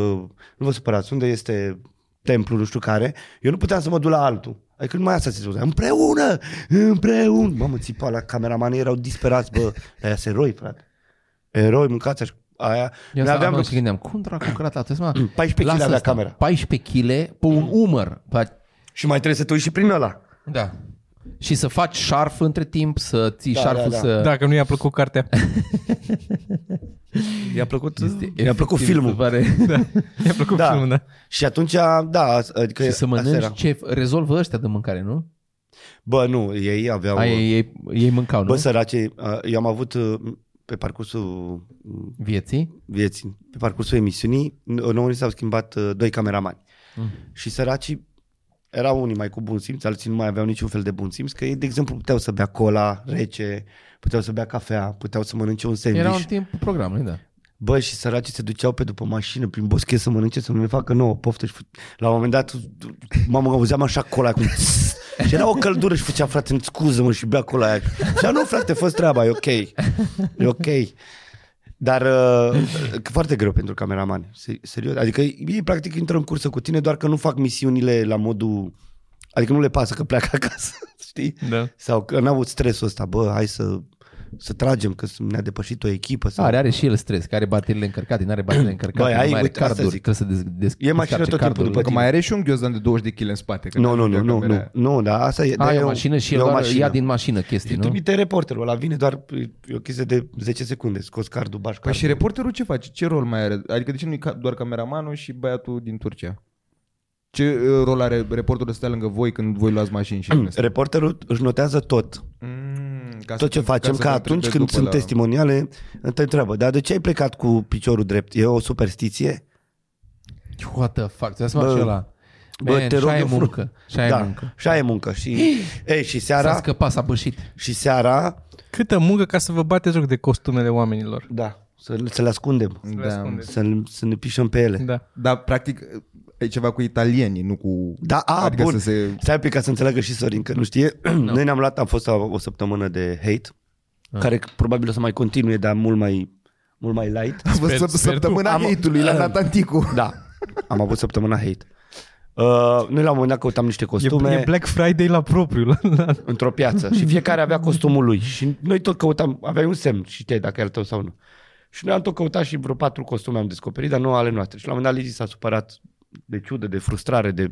Speaker 3: nu vă supărați, unde este templul, nu știu care, eu nu puteam să mă duc la altul. Adică numai asta se spunea, împreună, împreună. Mamă, țipa la cameramanii erau disperați, bă, la ea se eroi, frate. Eroi, mâncați așa. Aia.
Speaker 2: Eu
Speaker 3: Noi
Speaker 2: asta
Speaker 3: aveam
Speaker 2: aveam și gândeam, cum dracu că la
Speaker 3: 14 kg avea camera.
Speaker 2: 14 kg pe un umăr. Pe-
Speaker 3: Și mai trebuie să te uiți și prin ăla.
Speaker 2: Da. Și să faci șarf între timp, să ții da,
Speaker 3: Da,
Speaker 2: șarful
Speaker 3: da, da.
Speaker 2: să...
Speaker 1: Dacă nu i-a plăcut cartea.
Speaker 3: I-a plăcut, i-a
Speaker 2: Efectiv,
Speaker 3: Da. plăcut
Speaker 2: se
Speaker 3: filmul.
Speaker 2: Pare.
Speaker 1: Da. I-a plăcut da.
Speaker 3: Da.
Speaker 1: filmul, da.
Speaker 3: Și atunci, da, adică
Speaker 2: Și
Speaker 3: asta
Speaker 2: să
Speaker 3: era.
Speaker 2: mănânci ce rezolvă ăștia de mâncare, nu?
Speaker 3: Bă, nu, ei aveau...
Speaker 2: Aia, ei, ei mâncau, nu?
Speaker 3: Da, bă, sărace, eu am avut uh, pe parcursul mm,
Speaker 2: Vieții?
Speaker 3: vieții, pe parcursul emisiunii, nouă ni s-au schimbat uh, doi cameramani. Mm. Și săracii erau unii mai cu bun simț, alții nu mai aveau niciun fel de bun simț, că ei, de exemplu, puteau să bea cola rece, puteau să bea cafea, puteau să mănânce un sandwich.
Speaker 2: Erau în timpul programului, da.
Speaker 3: Bă, și săracii se duceau pe după mașină prin boschet să mănânce, să nu le facă nouă poftă și fu- la un moment dat mamă, auzeam așa cola cum și era o căldură și făcea frate, îmi scuză mă și bea cola aia. Și a, nu frate, fost treaba, e ok. E ok. Dar uh, că foarte greu pentru cameraman, se- serios. Adică ei practic intră în cursă cu tine, doar că nu fac misiunile la modul... Adică nu le pasă că pleacă acasă, știi?
Speaker 1: Da.
Speaker 3: Sau că n-au avut stresul ăsta, bă, hai să, să tragem, că ne-a depășit o echipă. Sau...
Speaker 2: Are, are și el stres, că are bateriile încărcate, nu are bateriile încărcate,
Speaker 3: Băi,
Speaker 2: nu
Speaker 3: ai-
Speaker 2: mai are
Speaker 3: uite, asta
Speaker 2: carduri,
Speaker 3: zic.
Speaker 2: trebuie să des, des,
Speaker 3: E mașină
Speaker 2: descarce
Speaker 3: tot timpul
Speaker 2: cardurile.
Speaker 3: după
Speaker 4: Că mai are și un ghiozdan de 20 de kg în spate. că
Speaker 3: Nu, nu,
Speaker 4: de
Speaker 3: nu, nu,
Speaker 4: camera aia.
Speaker 3: nu, nu, dar asta e,
Speaker 2: Ai
Speaker 3: Da, e
Speaker 2: Da, o mașină și el doar ia din mașină chestii,
Speaker 3: Și
Speaker 2: nu?
Speaker 3: trimite reporterul ăla, vine doar, e o chestie de 10 secunde, scos cardul, bași
Speaker 4: Păi
Speaker 3: cardul.
Speaker 4: și reporterul ce face? Ce rol mai are? Adică de ce nu e doar cameramanul și băiatul din Turcia? Ce uh, rol are reporterul să stea lângă voi când voi luați mașini și
Speaker 3: Reporterul își notează tot,
Speaker 4: Mm, ca să-
Speaker 3: tot ce facem,
Speaker 4: să
Speaker 3: ca
Speaker 4: te
Speaker 3: atunci
Speaker 4: întrebezi
Speaker 3: când
Speaker 4: după
Speaker 3: sunt
Speaker 4: la-
Speaker 3: testimoniale, te întreabă, dar de ce ai plecat cu piciorul drept? E o superstiție?
Speaker 2: What the fuck, ți-a seama
Speaker 3: Bă,
Speaker 2: și ăla.
Speaker 3: bă,
Speaker 2: Man,
Speaker 3: te
Speaker 2: și
Speaker 3: rog
Speaker 2: aia e
Speaker 3: eu frum-
Speaker 2: muncă, și aia e
Speaker 3: da,
Speaker 2: muncă.
Speaker 3: și aia e muncă. Și, ei, și
Speaker 2: S-a
Speaker 3: seara,
Speaker 2: scăpat, s-a bășit.
Speaker 3: și seara,
Speaker 1: Câtă muncă ca să vă bateți joc de costumele oamenilor.
Speaker 3: da, să, să le ascundem,
Speaker 4: Da.
Speaker 1: Răspundeți.
Speaker 3: să, să ne pișăm pe ele.
Speaker 1: Da.
Speaker 4: Dar practic e ceva cu italienii, nu cu...
Speaker 3: Da, a,
Speaker 4: adică
Speaker 3: bun.
Speaker 4: Să se...
Speaker 3: Stai un pic ca să înțeleagă și Sorin, că nu știe.
Speaker 1: Da.
Speaker 3: No. Noi ne-am luat, am fost o, o săptămână de hate,
Speaker 1: Da.
Speaker 3: ah. care probabil o să mai continue, dar mult mai, mult mai light.
Speaker 4: Sper,
Speaker 1: sper tu.
Speaker 4: săptămâna
Speaker 3: Am-
Speaker 4: hate-ului la Natanticu.
Speaker 3: Da. Am avut săptămâna hate. Uh, noi la un moment dat căutam niște costume
Speaker 1: E, e Black Friday la propriu. La, la...
Speaker 3: într-o piață și fiecare avea costumul lui și noi tot căutam, aveai un semn și știai dacă era tău sau nu. Și noi am tot căutat și vreo patru costume am descoperit, dar nu ale noastre. Și la un moment dat Lizzy s-a supărat de ciudă, de frustrare, de...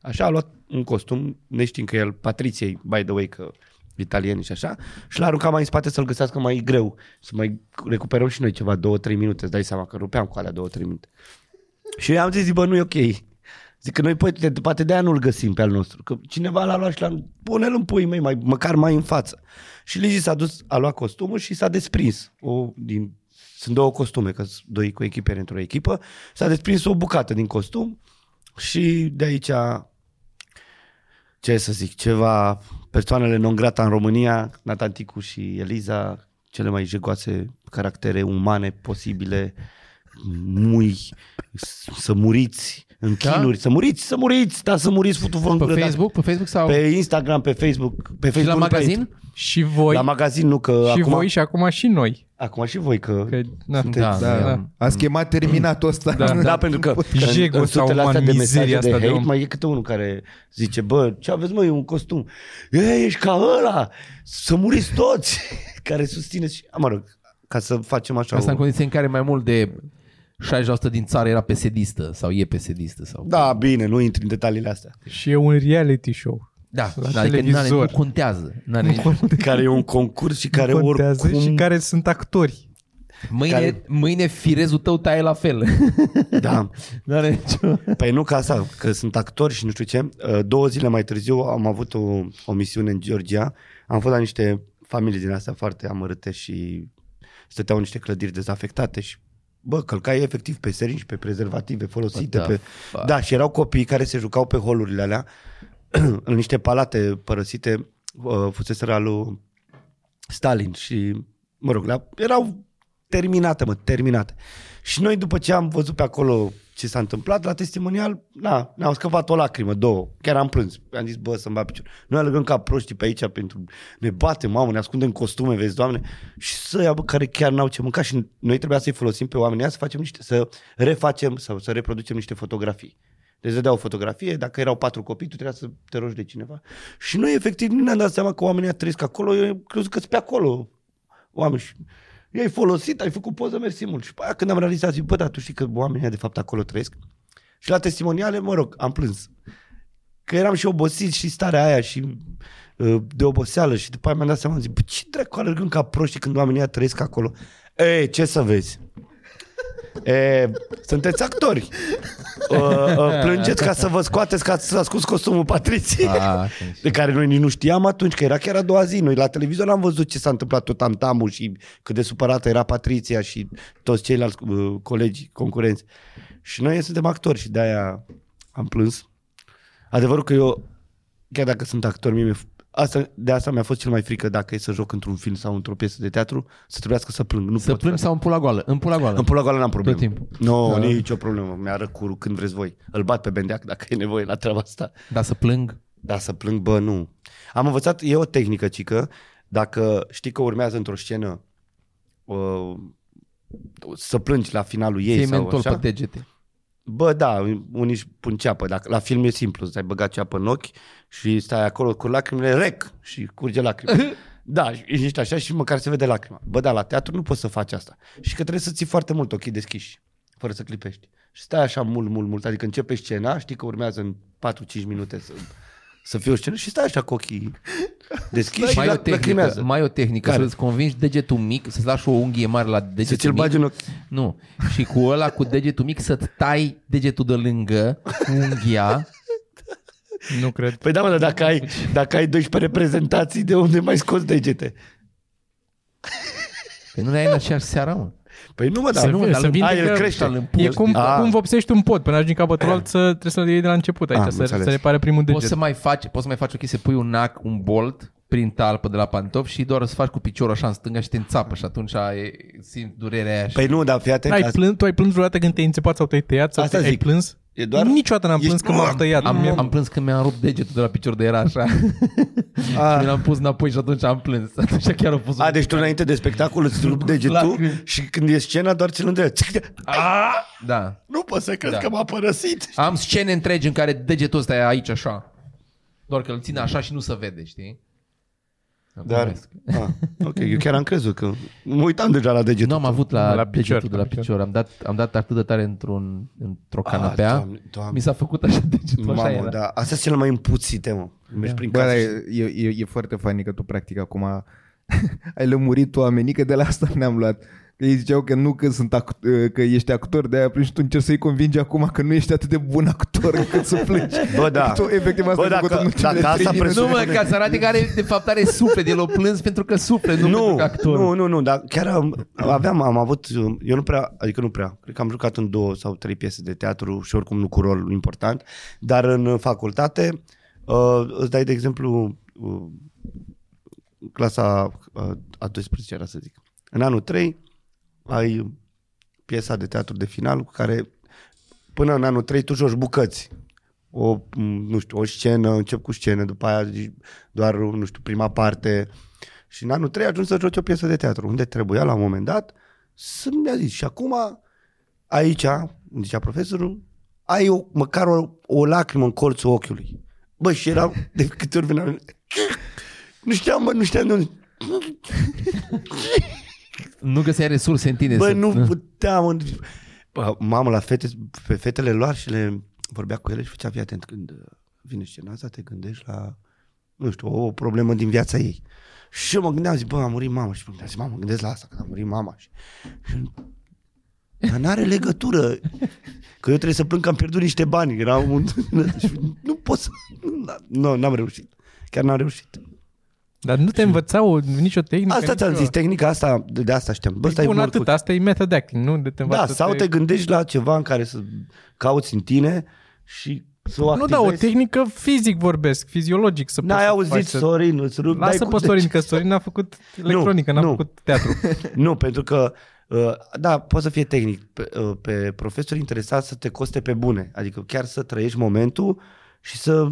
Speaker 3: Așa a luat un costum, neștiind că el, Patriției, by the way, că italieni și așa, și l-a aruncat mai în spate să-l găsească mai greu, să mai recuperăm și noi ceva, două, trei minute, îți dai seama că rupeam cu alea două, trei minute. Și eu am zis, bă, nu e ok. Zic că noi, păi, de, poate de aia nu-l găsim pe al nostru. Că cineva l-a luat și l-a... Pune-l în puii mei, mai, măcar mai în față. Și Ligi s-a dus, a luat costumul și s-a desprins. O, din, sunt două costume, că sunt doi cu echipe într-o echipă. S-a desprins o bucată din costum și de aici ce să zic, ceva persoanele non grata în România, Natanticu și Eliza, cele mai jegoase caractere umane posibile, mui, s- să muriți în
Speaker 2: Da?
Speaker 3: chinuri, să muriți, să muriți, da, să muriți, futu-vă în gură,
Speaker 2: Pe
Speaker 3: da.
Speaker 2: Facebook? Pe Facebook sau...
Speaker 3: Pe Instagram, pe Facebook, pe Facebook.
Speaker 2: și la
Speaker 3: nu, pe
Speaker 2: magazin?
Speaker 3: Insta-
Speaker 1: Și voi.
Speaker 3: La magazin nu, că
Speaker 1: și
Speaker 3: acum,
Speaker 1: voi și acum și noi.
Speaker 3: acum și voi, că...
Speaker 1: Că, na,
Speaker 3: Sunteți-
Speaker 2: Da,
Speaker 4: Da,
Speaker 2: da.
Speaker 4: a schemat terminatul ăsta.
Speaker 1: Da.
Speaker 3: Da, pentru că în-
Speaker 1: Jego
Speaker 3: în
Speaker 1: sau,
Speaker 3: sutele
Speaker 1: man,
Speaker 3: astea de mesaje
Speaker 1: mizeria
Speaker 3: de
Speaker 1: asta de
Speaker 3: hate,
Speaker 1: om.
Speaker 3: mai e câte unul care zice, bă, ce aveți mă, e un costum. Ei, ești ca ăla, să muriți toți, care susține și, mă rog, ca să facem așa.
Speaker 2: Asta
Speaker 3: o-
Speaker 2: în condiții în care mai mult de 60% din țară era psd sau e psd sau...
Speaker 3: Da, bine, nu intri în detaliile astea.
Speaker 1: Și e un reality show.
Speaker 2: Da,
Speaker 1: La
Speaker 2: adică n-are, nu
Speaker 1: televizor.
Speaker 2: contează. N-are nici...
Speaker 3: Care e un concurs și care
Speaker 1: Contează
Speaker 3: Păi, oricum...
Speaker 1: și care sunt actori.
Speaker 2: Mâine,
Speaker 3: care-
Speaker 2: mâine firezul tău taie la fel.
Speaker 3: Da.
Speaker 2: n-are nicio...
Speaker 3: Păi nu ca asta, că sunt actori și nu știu ce. Uh, Două zile mai târziu am avut o, o misiune în Georgia. Am fost la niște familii din astea foarte amărâte și stăteau în niște clădiri dezafectate și bă, călcai efectiv pe serin și pe prezervative folosite.
Speaker 2: What the
Speaker 3: Pe... Da, și erau copii care se jucau pe holurile alea în niște palate părăsite uh, fuseseră al lui Stalin și, mă rog, la, erau terminate, mă, terminate. Și noi, după ce am văzut pe acolo ce s-a întâmplat, la testimonial, na, ne-au scăpat o lacrimă, două. Chiar am plâns. Am zis, bă, să-mi bag piciorul. Noi alergăm ca proștii pe aici pentru... Ne bate, mamă, ne ascundem costume, vezi, doamne. Și să ia, bă, care chiar n-au ce mânca și noi trebuia să-i folosim pe oamenii ăia să facem niște, să refacem sau să reproducem niște fotografii. Deci dădeau o fotografie, dacă erau patru copii, tu trebuia să te rogi de cineva. Și noi, efectiv, nu ne-am dat seama că oamenii ăia trăiesc acolo, eu crezut că sunt pe acolo oameni și i-ai folosit, ai făcut poză, mersi mult. Și pe aia când am realizat, zic, bă, dar tu știi că oamenii ăia de fapt acolo trăiesc? Și la testimoniale, mă rog, am plâns. Că eram și obosit și starea aia și uh, de oboseală și după aia mi-am dat seama, zic, bă, ce dracu alergăm ca proști când oamenii ăia trăiesc acolo? E, ce să vezi? E, sunteți actori. Uh, uh, plângeți ca să vă scoateți, ca să ascuns costumul Patriției
Speaker 2: A,
Speaker 3: de care noi nici nu știam atunci, că era chiar a doua zi. Noi la televizor am văzut ce s-a întâmplat tot tamtamul și cât de supărată era Patriția și toți ceilalți uh, colegi, concurenți. Și noi suntem actori și de-aia am plâns. Adevărul că eu, chiar dacă sunt actor, mie mi-e f- asta, de asta mi-a fost cel mai frică dacă e să joc într-un film sau într-o piesă de teatru, să trebuiască să plâng. Nu
Speaker 2: să
Speaker 3: pot
Speaker 2: plâng sau în pula goală? În pula goală.
Speaker 3: în pula goală n-am probleme.
Speaker 2: Tot timpul.
Speaker 3: Nu, no,
Speaker 2: Da.
Speaker 3: nicio problemă. Mi-ară curul când vreți voi. Îl bat pe bendeac dacă e nevoie la treaba asta.
Speaker 2: Da, să plâng.
Speaker 3: Dar să plâng, bă, nu. Am învățat, e o tehnică, cică, dacă știi că urmează într-o scenă uh, să plângi la finalul ei
Speaker 2: Ții
Speaker 3: sau
Speaker 2: mentul
Speaker 3: așa.
Speaker 2: pe degete.
Speaker 3: Bă, da, unii își pun ceapă. Dacă, la film e simplu, stai băga ceapă în ochi și stai acolo cu lacrimile, rec, și curge lacrimi. Da, și ești așa și măcar se vede lacrima. Bă, da, la teatru nu poți să faci asta. Și că trebuie să ții foarte mult ochii deschiși, fără să clipești. Și stai așa mult, mult, mult. Adică începe scena, știi că urmează în 4-5 minute să, să fie o scenă și stai așa cu ochii deschiși și
Speaker 2: Mai e o
Speaker 3: lac-
Speaker 2: tehnică,
Speaker 3: Păi, lacrimează.
Speaker 2: mai e o tehnică
Speaker 3: Care?
Speaker 2: să-ți convingi degetul mic, să-ți lași o unghie mare la
Speaker 3: Să ți-l
Speaker 2: degetul mic.
Speaker 3: bagi în ochi.
Speaker 2: Nu. Și cu ăla, cu degetul mic, să-ți tai degetul de lângă unghia.
Speaker 1: Nu cred.
Speaker 3: Păi da, mă, dar dacă ai, dacă ai 12 reprezentații, de unde mai scoți degete?
Speaker 2: Că nu le ai în aceeași seară, mă.
Speaker 3: Păi nu, mă,
Speaker 1: Să
Speaker 3: dar...
Speaker 1: nu,
Speaker 2: dar
Speaker 1: se
Speaker 2: îl-
Speaker 1: vindecă-
Speaker 2: ai, îl crește. Îl împuști.
Speaker 1: E cum,
Speaker 3: A.
Speaker 1: cum vopsești un pod. Până ajungi în capătul alt, să- trebuie să-l iei de la început.
Speaker 3: Am
Speaker 1: Aici să,
Speaker 3: înțeles.
Speaker 1: să repare primul deget.
Speaker 2: Poți să mai faci, poți să mai faci o chestie, pui un nac, un bolt prin talpă de la pantof și doar să faci cu piciorul așa în stânga și te înțapă și atunci e, simți durerea aia. și-
Speaker 3: Păi nu, dar fii atent.
Speaker 1: Ai
Speaker 3: asta-
Speaker 1: plâns, tu ai plâns vreodată când te-ai înțepat sau te-ai tăiat sau
Speaker 3: Asta
Speaker 1: te-ai
Speaker 3: zic.
Speaker 1: plâns?
Speaker 3: E doar...
Speaker 1: Niciodată n-am
Speaker 3: Ești-
Speaker 1: plâns că m-au tăiat.
Speaker 2: Am,
Speaker 1: Mi-am-
Speaker 2: am plâns când mi-am rupt degetul de la picior de era așa. și mi l-am pus înapoi și atunci am plâns. Atunci chiar am pus
Speaker 3: A, deci tu înainte de spectacol îți rup degetul
Speaker 2: Lacrimi.
Speaker 3: și când e scena doar ți-l îndrept. A,
Speaker 2: Da.
Speaker 3: nu pot să crezi
Speaker 2: Da.
Speaker 3: că m-a părăsit.
Speaker 2: Am scene întregi în care degetul ăsta e aici așa. Doar că îl ține așa și nu se vede, știi?
Speaker 3: Dar, a, Ah, ok, eu chiar am crezut că mă uitam deja la degetul.
Speaker 2: Nu am avut la,
Speaker 1: La
Speaker 2: la
Speaker 1: picior,
Speaker 2: degetul de la
Speaker 1: la picior.
Speaker 2: picior. Am dat, am dat atât de tare într-un, într-o
Speaker 3: Ah,
Speaker 2: canapea.
Speaker 3: Doamne, Doamne.
Speaker 2: Mi s-a făcut așa degetul. așa
Speaker 3: Mamă,
Speaker 2: era.
Speaker 3: da, astea sunt cele mai împuțite, mă. Mergi prin
Speaker 4: Bă,
Speaker 3: casă
Speaker 4: dar
Speaker 3: și-
Speaker 4: e, e, e foarte funny că tu practic acum ai lămurit oamenii, că de la asta ne-am luat. Ei ziceau că nu, că, sunt act- că ești actor, de-aia plângi și tu încerci să-i convingi acum că nu ești atât de bun actor încât să plângi.
Speaker 3: Bă, da.
Speaker 4: Tu, efectiv, asta
Speaker 3: Bă,
Speaker 4: ai făcut
Speaker 3: dacă-
Speaker 4: în ultimele
Speaker 3: dacă
Speaker 4: trei
Speaker 3: asta
Speaker 4: minute.
Speaker 2: Nu mă, ca să arate că are, de fapt are suflet, el o plâns pentru că suflet, nu, pentru că actor.
Speaker 3: nu, nu, nu, dar chiar am, aveam, am avut, eu nu prea, adică nu prea, cred că am jucat în două sau trei piese de teatru și oricum nu cu rol important, dar în facultate uh, îți dai de exemplu uh, clasa uh, a 12 era să zic. În anul 3 ai piesa de teatru de final cu care până în anul 3 tu joci bucăți. O, m, nu știu, o scenă, încep cu scenă, după aia zici doar, nu știu, prima parte. Și în anul 3 ajungi să joci o piesă de teatru, unde trebuia la un moment dat să mi-a zis. Și acum, aici, îmi zicea profesorul, ai o, măcar o, o lacrimă în colțul ochiului. Bă, și era de câte ori veneam, nu știam, mă, nu știam de unde.
Speaker 2: Nu găseai resurse în tine.
Speaker 3: Bă,
Speaker 2: să-
Speaker 3: nu puteam. Bă, mamă, la fete, pe fetele lua și le vorbea cu ele și făcea, fii atent, când uh, vine scena asta, te gândești la, nu știu, o problemă din viața ei. Și eu mă gândeam, zic, bă, a murit mama. Și mă gândeam, zic, mamă, mă gândesc la asta, că a murit mama. Și, și dar n-are legătură. Că eu trebuie să plâng că am pierdut niște bani. Era un... și nu pot să... Nu, n-am reușit. Chiar n-am reușit.
Speaker 1: Dar nu te învățau nicio tehnică.
Speaker 3: Asta ți-am
Speaker 1: nicio-
Speaker 3: zis, tehnica asta, de, de asta știam. Bă,
Speaker 1: Păi
Speaker 3: stai
Speaker 1: Bun,
Speaker 3: mort cu
Speaker 1: atât. Asta e method acting, nu? De te
Speaker 3: Da,
Speaker 1: învață
Speaker 3: sau te... gândești la ceva în care să cauți în tine și să o
Speaker 1: Nu,
Speaker 3: activezi.
Speaker 1: da, o tehnică fizic vorbesc, fiziologic. Să poți
Speaker 3: N-ai
Speaker 1: să
Speaker 3: auzit,
Speaker 1: faci
Speaker 3: să...
Speaker 1: să-
Speaker 3: Sorin, îți rup, dai
Speaker 1: Lasă
Speaker 3: cu
Speaker 1: pe Sorin,
Speaker 3: deci-
Speaker 1: că Sorin a făcut electronică, n-a
Speaker 3: nu.
Speaker 1: făcut teatru.
Speaker 3: Nu, pentru că, uh, da, poate să fie tehnic. Pe, uh, pe profesor interesat să te coste pe bune, adică chiar să trăiești momentul și să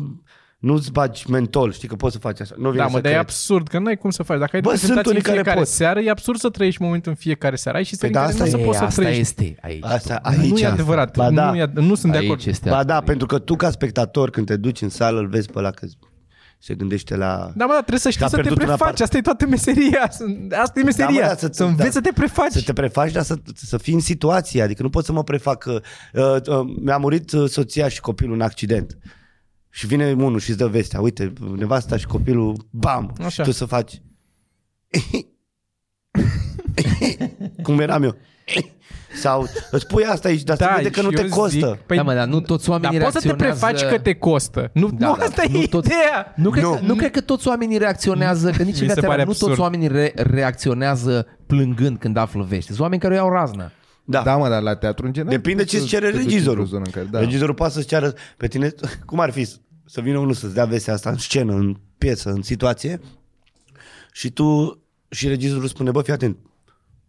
Speaker 3: nu-ți bagi mentol, știi că poți să faci așa. Nu vine
Speaker 1: Da,
Speaker 3: să
Speaker 1: mă, dar e
Speaker 3: crezi.
Speaker 1: absurd, că n-ai cum să faci. Dacă ai
Speaker 3: Bă, sunt
Speaker 1: reprezentații în
Speaker 3: unii care
Speaker 1: fiecare
Speaker 3: pot.
Speaker 1: seară, e absurd să trăiești momentul în fiecare seară. Ai și serii
Speaker 3: da,
Speaker 1: în care
Speaker 3: asta
Speaker 1: nu
Speaker 2: Ei,
Speaker 1: să poți să
Speaker 2: asta
Speaker 1: trăiești.
Speaker 2: este aici.
Speaker 3: Asta, aici.
Speaker 1: nu e adevărat.
Speaker 3: Ba da.
Speaker 1: nu, e, ad- nu sunt de acord.
Speaker 2: Aici este
Speaker 3: Ba da,
Speaker 2: acolo.
Speaker 3: pentru că tu ca spectator când te duci în sală îl vezi pe ăla că se gândește la...
Speaker 1: Da, mă, da, trebuie să știi
Speaker 3: Dar a
Speaker 1: să te
Speaker 3: pierdut un
Speaker 1: prefaci.
Speaker 3: apart-
Speaker 1: Asta e toată meseria. Asta e meseria.
Speaker 3: da, să-
Speaker 1: să înveți
Speaker 3: da.
Speaker 1: să te prefaci.
Speaker 3: Să te prefaci, dar să, să fii în situație. Adică nu pot să mă prefac că uh, uh, mi-a murit uh, soția și copilul în accident. Și vine unul și îți dă vestea. Uite, nevasta și copilul, bam!
Speaker 1: Așa.
Speaker 3: Și tu să faci... Cum eram eu. Sau îți pui asta aici, dar da, se vede că
Speaker 1: și
Speaker 3: nu te
Speaker 1: eu
Speaker 3: costă.
Speaker 1: Zic, păi,
Speaker 2: Da, mă, dar nu toți oamenii
Speaker 1: dar poți să te
Speaker 2: reacționează-
Speaker 1: prefaci că te costă. Nu,
Speaker 2: Da,
Speaker 1: nu
Speaker 2: da.
Speaker 1: asta
Speaker 2: Nu
Speaker 1: e
Speaker 2: toți-
Speaker 1: ideea.
Speaker 2: Nu cred,
Speaker 3: Nu.
Speaker 2: Că, nu cred că toți oamenii reacționează, că nici
Speaker 1: Mi
Speaker 2: în
Speaker 1: se
Speaker 2: viața
Speaker 1: pare
Speaker 2: reală nu toți
Speaker 1: absurd.
Speaker 2: oamenii re- reacționează plângând când află vești. Sunt oameni care o iau raznă.
Speaker 3: Da.
Speaker 4: Da, mă, dar la teatru în general.
Speaker 3: Depinde
Speaker 4: poți
Speaker 3: ce-ți
Speaker 4: să
Speaker 3: cere
Speaker 4: te duci
Speaker 3: regizorul.
Speaker 4: într-o zonă în care, da.
Speaker 3: Regizorul poate să-ți ceară pe tine, cum ar fi să- să vină unul să-ți dea vestea asta în scenă, în piesă, în situație și tu și regizorul spune, bă, fii atent,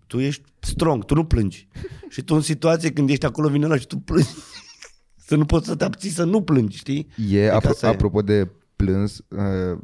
Speaker 3: tu ești strong, tu nu plângi. Și tu în situație când ești acolo vine ăla și tu plângi. să nu poți să te abții să nu plângi, știi?
Speaker 4: E,
Speaker 3: Adică
Speaker 4: apro-
Speaker 3: asta e.
Speaker 4: apropo de plâns, uh,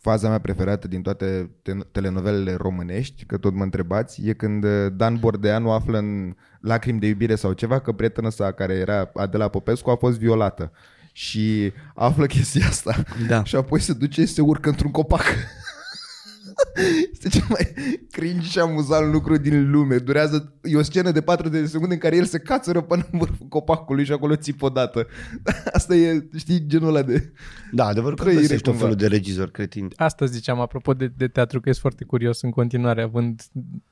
Speaker 4: faza mea preferată din toate te- telenovelele românești, că tot mă întrebați, e când uh, Dan Bordeanu află în Lacrimi de iubire sau ceva că prietena sa care era Adela Popescu a fost violată și află chestia asta
Speaker 3: Da.
Speaker 4: și apoi se duce și se urcă într-un copac. Este cel mai cringe și amuzant lucru din lume. Durează, e o scenă de 40 de secunde în care el se cațără până în vârful copacului și acolo țip odată. Asta e, știi, genul ăla de...
Speaker 3: Da, adevărul că
Speaker 4: Trăire
Speaker 3: găsești tot
Speaker 4: cumva.
Speaker 3: felul de regizor cretin.
Speaker 1: Asta ziceam, apropo de, de teatru, că ești foarte curios în continuare, având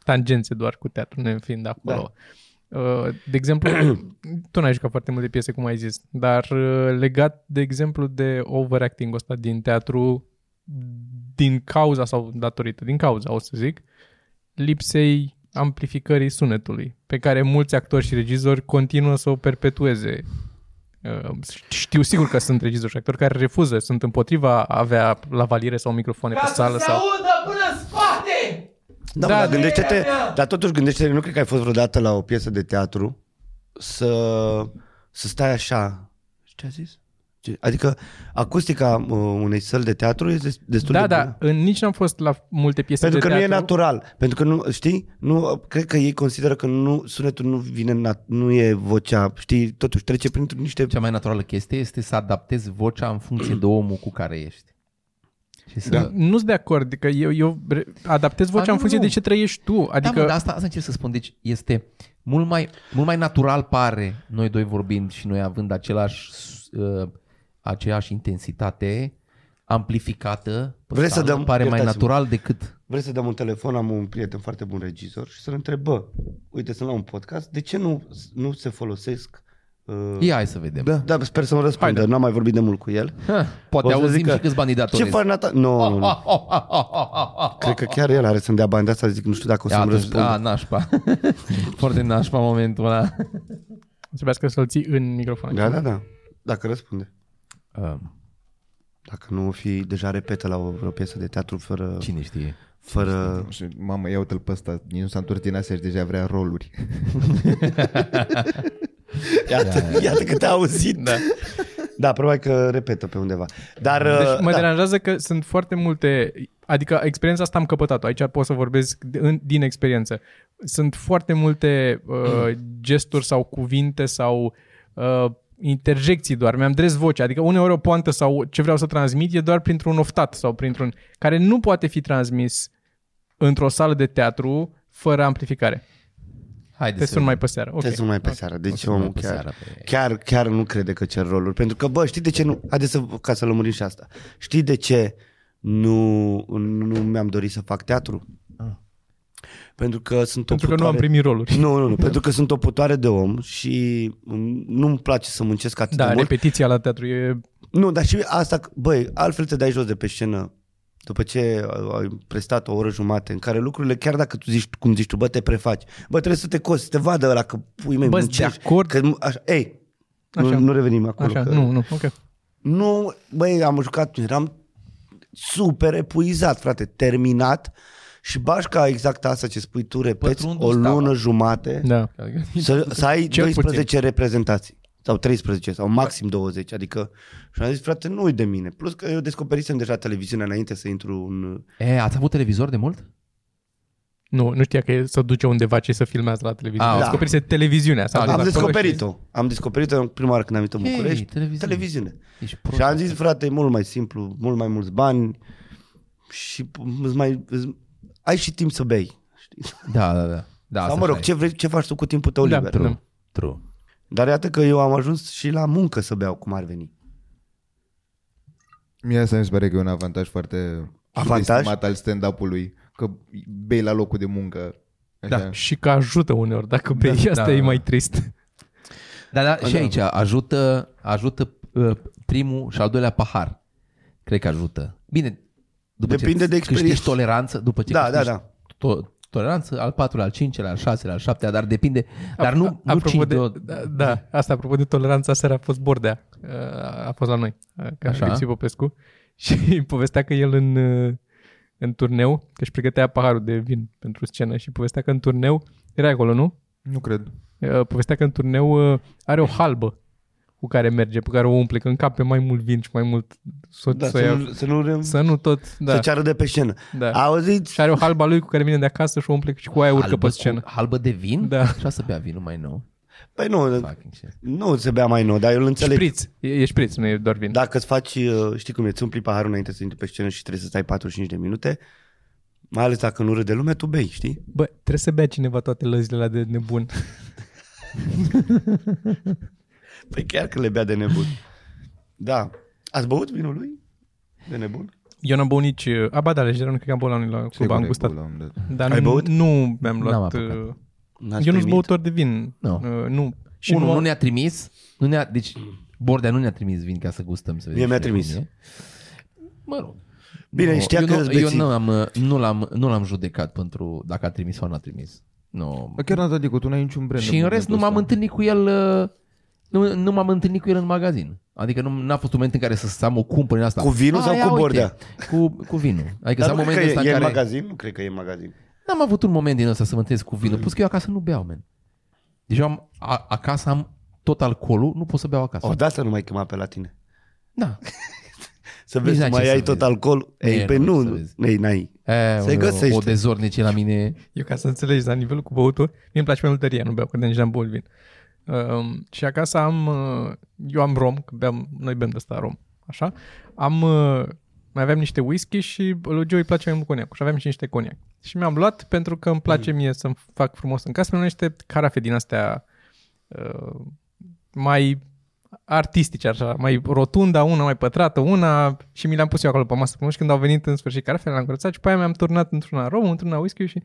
Speaker 1: tangențe doar cu teatru, ne fiind acolo. Da. De exemplu, tu n-ai jucat foarte multe piese, cum ai zis, dar uh, legat, de exemplu, de overacting-ul ăsta din teatru, din cauza sau datorită, din cauza, o să zic, lipsei amplificării sunetului, pe care mulți actori și regizori continuă să o perpetueze. Uh, Știu sigur că sunt regizori și actori care refuză, sunt împotriva a avea la valiere sau microfoane pe sală sau... Da,
Speaker 3: Da, da dar
Speaker 1: de-
Speaker 3: gândește-te, dar totuși gândește-te, nu cred că ai fost vreodată la o piesă de teatru să, să stai așa Și ce a zis? Ce? Adică acustica uh, unei săli de teatru este destul
Speaker 1: Da,
Speaker 3: de
Speaker 1: da,
Speaker 3: bună.
Speaker 1: în, nici n-am fost la multe piese
Speaker 3: Pentru
Speaker 1: de
Speaker 3: că nu e
Speaker 1: teatru.
Speaker 3: natural. Pentru că nu, știi, nu, cred că ei consideră că nu, sunetul nu vine, nat- nu e vocea, știi, totuși trece printr niște...
Speaker 2: Cea mai naturală chestie este să adaptezi vocea în funcție de omul cu care ești. Și
Speaker 3: Da.
Speaker 2: să...
Speaker 1: Nu sunt de acord, că eu, eu re- adaptez vocea în
Speaker 2: Dar nu,
Speaker 1: funcție
Speaker 2: nu.
Speaker 1: de ce trăiești tu.
Speaker 2: Adică...
Speaker 1: Adică
Speaker 2: Da, mă, dar asta, asta încerc să spun. Deci este mult mai, mult mai natural pare noi doi vorbind și noi având același, uh, aceeași intensitate amplificată. Pe
Speaker 3: Vreți să
Speaker 2: sală,
Speaker 3: dăm-
Speaker 2: Pare mai
Speaker 3: iertați-mă.
Speaker 2: natural decât...
Speaker 3: Vrei să dăm un telefon, am un prieten foarte bun regizor și să-l întreb, bă, uite, sunt la un podcast, de ce nu, nu se folosesc... Uh...
Speaker 2: Ia hai să vedem.
Speaker 3: Da, da, sper să-mi răspundă, n-am mai vorbit de mult cu el.
Speaker 2: Ha, poate
Speaker 3: O să
Speaker 2: auzim
Speaker 3: zică,
Speaker 2: și câți bani
Speaker 3: Ce
Speaker 2: datorezi.
Speaker 3: faci, Nata? Nu, nu, nu.
Speaker 2: Ah, ah, ah, ah, ah, ah.
Speaker 3: Cred că chiar el are să-mi dea bani de asta, zic, nu știu dacă o
Speaker 2: Ia,
Speaker 3: să-mi
Speaker 2: atunci,
Speaker 3: răspundă.
Speaker 2: da, nașpa. Foarte nașpa momentul ăla.
Speaker 1: trebuia să-l ții în microfon.
Speaker 3: Da, da, da. Dacă răspunde.
Speaker 2: Um,
Speaker 3: Dacă nu o fi deja repetă la o, vreo piesă de teatru fără...
Speaker 2: Cine știe?
Speaker 3: fără...
Speaker 4: Și, Mamă, ia uite-l pe ăsta, nici nu s-a întors din Asia și deja vrea roluri.
Speaker 3: Iată, iată cât a auzit. Da. da, probabil că repetă pe undeva. Dar,
Speaker 1: Deci mă
Speaker 3: da,
Speaker 1: da. deranjează că sunt foarte multe, adică experiența asta am căpătat-o, aici pot să vorbesc de- în- din experiență. Sunt foarte multe uh, gesturi sau cuvinte sau uh, interjecții doar, mi-am dres vocea, adică uneori o poantă sau ce vreau să transmit e doar printr-un oftat sau printr-un, care nu poate fi transmis într-o sală de teatru fără amplificare.
Speaker 2: Haide
Speaker 1: Te
Speaker 2: să
Speaker 1: sun mai pe seară.
Speaker 3: te
Speaker 1: Okay.
Speaker 3: sun mai pe seară. Deci
Speaker 2: O să
Speaker 3: omul
Speaker 2: mai pe
Speaker 3: chiar,
Speaker 2: seară, pe-
Speaker 3: chiar, chiar nu crede că cer roluri. Pentru că, bă, știi de ce nu... Haideți să, ca să lămurim și asta. Știi de ce nu, nu mi-am dorit să fac teatru? Pentru că sunt
Speaker 1: Ah. Pentru
Speaker 3: o
Speaker 1: că nu am
Speaker 3: putoare-
Speaker 1: primit roluri.
Speaker 3: Nu, nu, nu, pentru că sunt o putoare de om și mm, nu-mi place să muncesc atât
Speaker 1: Da,
Speaker 3: de mult.
Speaker 1: repetiția la teatru e
Speaker 3: Nu, dar și asta, băi, altfel te dai jos de pe scenă după ce ai prestat o oră jumate în care lucrurile, chiar dacă tu zici, cum zici tu, bă, te prefaci, bă, trebuie să te coți, să te vadă ăla că pui mei
Speaker 1: Bă,
Speaker 3: muncești,
Speaker 1: de acord.
Speaker 3: Că, așa, ei,
Speaker 1: Așa.
Speaker 3: Nu, nu revenim acolo.
Speaker 1: așa.
Speaker 3: că,
Speaker 1: Nu, nu, ok.
Speaker 3: nu, băi, am jucat, eram super epuizat, frate, terminat și bașca exact asta ce spui tu, repeți,
Speaker 2: Pătrundu
Speaker 3: o
Speaker 2: stava.
Speaker 3: lună jumate
Speaker 1: Da.
Speaker 3: să, să ai
Speaker 1: Cel
Speaker 3: 12 reprezentații sau 13 sau maxim 20, adică și am zis, frate, nu de mine. Plus că eu descoperisem deja televiziunea înainte să intru în...
Speaker 2: E, ați avut televizor de mult?
Speaker 1: Nu, nu știa că e să duce undeva ce să filmează la televiziune.
Speaker 2: Ah,
Speaker 1: Ah,
Speaker 2: ok. Ah, da.
Speaker 1: da. Descoperise televiziunea. s-a
Speaker 3: am
Speaker 1: dus acolo și-
Speaker 3: descoperit-o. Am descoperit-o în prima oară când am venit în
Speaker 2: Hei,
Speaker 3: București.
Speaker 2: televiziune.
Speaker 3: televiziune.
Speaker 2: Ești prost.
Speaker 3: Și am zis, frate, e mult mai simplu, mult mai mulți bani și îți mai... Îți... Ai și timp să bei. Știi?
Speaker 2: Da, da, da. da
Speaker 3: Sau mă rog, ce, vrei, ce faci tu cu timpul tău
Speaker 1: Da,
Speaker 3: liber?
Speaker 1: da.
Speaker 2: True. True.
Speaker 3: Dar iată că eu am ajuns și la muncă să beau, cum ar veni.
Speaker 4: Mie asta mi se pare că e un avantaj foarte
Speaker 3: Avantaj?
Speaker 4: subestimat al stand-up-ului, că bei la locul de muncă. Așa.
Speaker 1: Da. Și că ajută uneori dacă bei,
Speaker 2: Da,
Speaker 1: da, asta
Speaker 2: da,
Speaker 1: da, e
Speaker 2: da.
Speaker 1: mai trist.
Speaker 2: Da, da, și aici ajută, ajută uh, primul și al doilea pahar. Cred că ajută. Bine, după
Speaker 3: Depinde
Speaker 2: ce
Speaker 3: de experiență.
Speaker 2: câștigi toleranță, după ce
Speaker 3: Da,
Speaker 2: câștigi
Speaker 3: da, da.
Speaker 2: To- toleranță, al patrulea, al cincilea, al șaselea, al șaptelea, dar depinde. Dar nu, nu
Speaker 1: apropo
Speaker 2: cinci
Speaker 1: de,
Speaker 2: de...
Speaker 1: da, da, asta apropo de toleranța, seara a fost Bordea. Uh, A fost la noi, uh, ca
Speaker 2: Așa.
Speaker 1: Așa. Popescu. Și povestea că el în, uh, în turneu, că își pregătea paharul de vin pentru scenă și povestea că în turneu, era acolo, nu?
Speaker 4: Nu cred.
Speaker 1: Uh, povestea că în turneu uh, are o halbă cu care merge, pe care o umple, că încape mai mult vin și mai mult să,
Speaker 3: da
Speaker 1: da, să,
Speaker 3: să,
Speaker 1: ia,
Speaker 3: nu, să nu rem... să,
Speaker 1: să nu tot, da.
Speaker 3: să ceară de pe scenă.
Speaker 1: Da.
Speaker 3: Auziți?
Speaker 1: Și are o halba lui cu care vine de acasă și o umple și cu aia urcă pe scenă.
Speaker 2: Cu, halbă de vin?
Speaker 1: Da.
Speaker 2: Și să bea vinul mai nou.
Speaker 3: Păi nu,
Speaker 2: Fucking shit.
Speaker 3: nu se bea mai nou, dar eu îl înțeleg.
Speaker 1: Șpriț. E, e șpriț, nu e doar vin.
Speaker 3: Dacă îți faci, uh, știi cum e, îți umpli paharul înainte să intri pe scenă și trebuie să stai 45 de minute, mai ales dacă nu râde lumea, tu bei, știi?
Speaker 1: Bă, trebuie să bea cineva toate lăzile alea de nebun.
Speaker 3: Păi chiar că le bea de nebun. Da. Ați băut vinul lui? De nebun?
Speaker 1: Eu n-am băut nici... A, ba da, lejer, nu cred că am băut la, noi la club, am gustat.
Speaker 4: La un moment dat.
Speaker 1: Dar
Speaker 3: Ai
Speaker 1: nu,
Speaker 3: băut?
Speaker 1: nu mi-am
Speaker 2: N-am
Speaker 1: luat...
Speaker 2: apucat.
Speaker 1: uh,
Speaker 3: N-ați
Speaker 1: Eu nu-s
Speaker 3: primit?
Speaker 1: băutor de vin.
Speaker 2: Nu.
Speaker 1: Uh, nu.
Speaker 2: Și Unul nu ne-a trimis, nu ne-a, deci Bordea nu ne-a trimis vin ca să gustăm. Să vedem
Speaker 3: Mie mi-a
Speaker 2: ce
Speaker 3: trimis.
Speaker 2: vin e. Mă rog.
Speaker 3: Bine,
Speaker 2: Nu,
Speaker 3: știa
Speaker 2: eu
Speaker 3: că
Speaker 2: nu,
Speaker 3: îți
Speaker 2: eu
Speaker 3: beți.
Speaker 2: nu, am, uh, nu, l-am, nu l-am judecat pentru dacă a trimis sau n-a trimis. Nu.
Speaker 4: Dar chiar n-a dat decât, tu n-ai niciun brand.
Speaker 2: Și în rest nu
Speaker 4: momentul
Speaker 2: m-am întâlnit cu el uh, nu, nu m-am întâlnit cu el în magazin. Adică nu n-a fost un moment în care să, să am o cumpăr din asta.
Speaker 3: Cu vinul sau
Speaker 2: ia
Speaker 3: cu
Speaker 2: uite,
Speaker 3: Bordea?
Speaker 2: Cu, cu vinul. Adică
Speaker 3: Dar
Speaker 2: să am
Speaker 3: nu cred că
Speaker 2: momentul
Speaker 3: e,
Speaker 2: ăsta în
Speaker 3: e în
Speaker 2: care...
Speaker 3: magazin? Nu cred că e în magazin.
Speaker 2: N-am avut un moment din ăsta să mă întâlnesc cu vinul. Plus că eu acasă nu beau, men. Deci eu am, a, acasă am tot alcoolul, nu pot să beau acasă.
Speaker 3: O, da să nu mai chema pe la tine.
Speaker 2: Da.
Speaker 3: Să vezi,
Speaker 2: n-ai ce
Speaker 3: mai
Speaker 2: să
Speaker 3: ai
Speaker 2: vezi.
Speaker 3: tot alcool. Ei,
Speaker 2: E,
Speaker 3: pe
Speaker 2: nu,
Speaker 3: nu,
Speaker 2: să
Speaker 3: nu,
Speaker 2: vezi.
Speaker 3: ei, n-ai.
Speaker 2: E,
Speaker 3: Se
Speaker 2: o-
Speaker 3: găsește.
Speaker 2: O dezornice la mine.
Speaker 1: Eu ca să înțelegi, la nivelul cu băutul, mie îmi place mai mult tăria, nu beau, că de nici n-am băut vin. Um, și acasă am, uh, eu am rom, că beam, noi bem de asta rom, așa. Am, uh, mai aveam niște whisky și lui Joe îi place mai mult coniac și aveam și niște coniac. Și mi-am luat pentru că îmi place mie să-mi fac frumos în casă, mi-am luat niște carafe din astea uh, mai artistice, așa, mai rotunda, una mai pătrată, una și mi le-am pus eu acolo pe masă. Și când au venit în sfârșit carafele, le-am curățat și pe aia mi-am turnat într-una rom, într-una whisky și,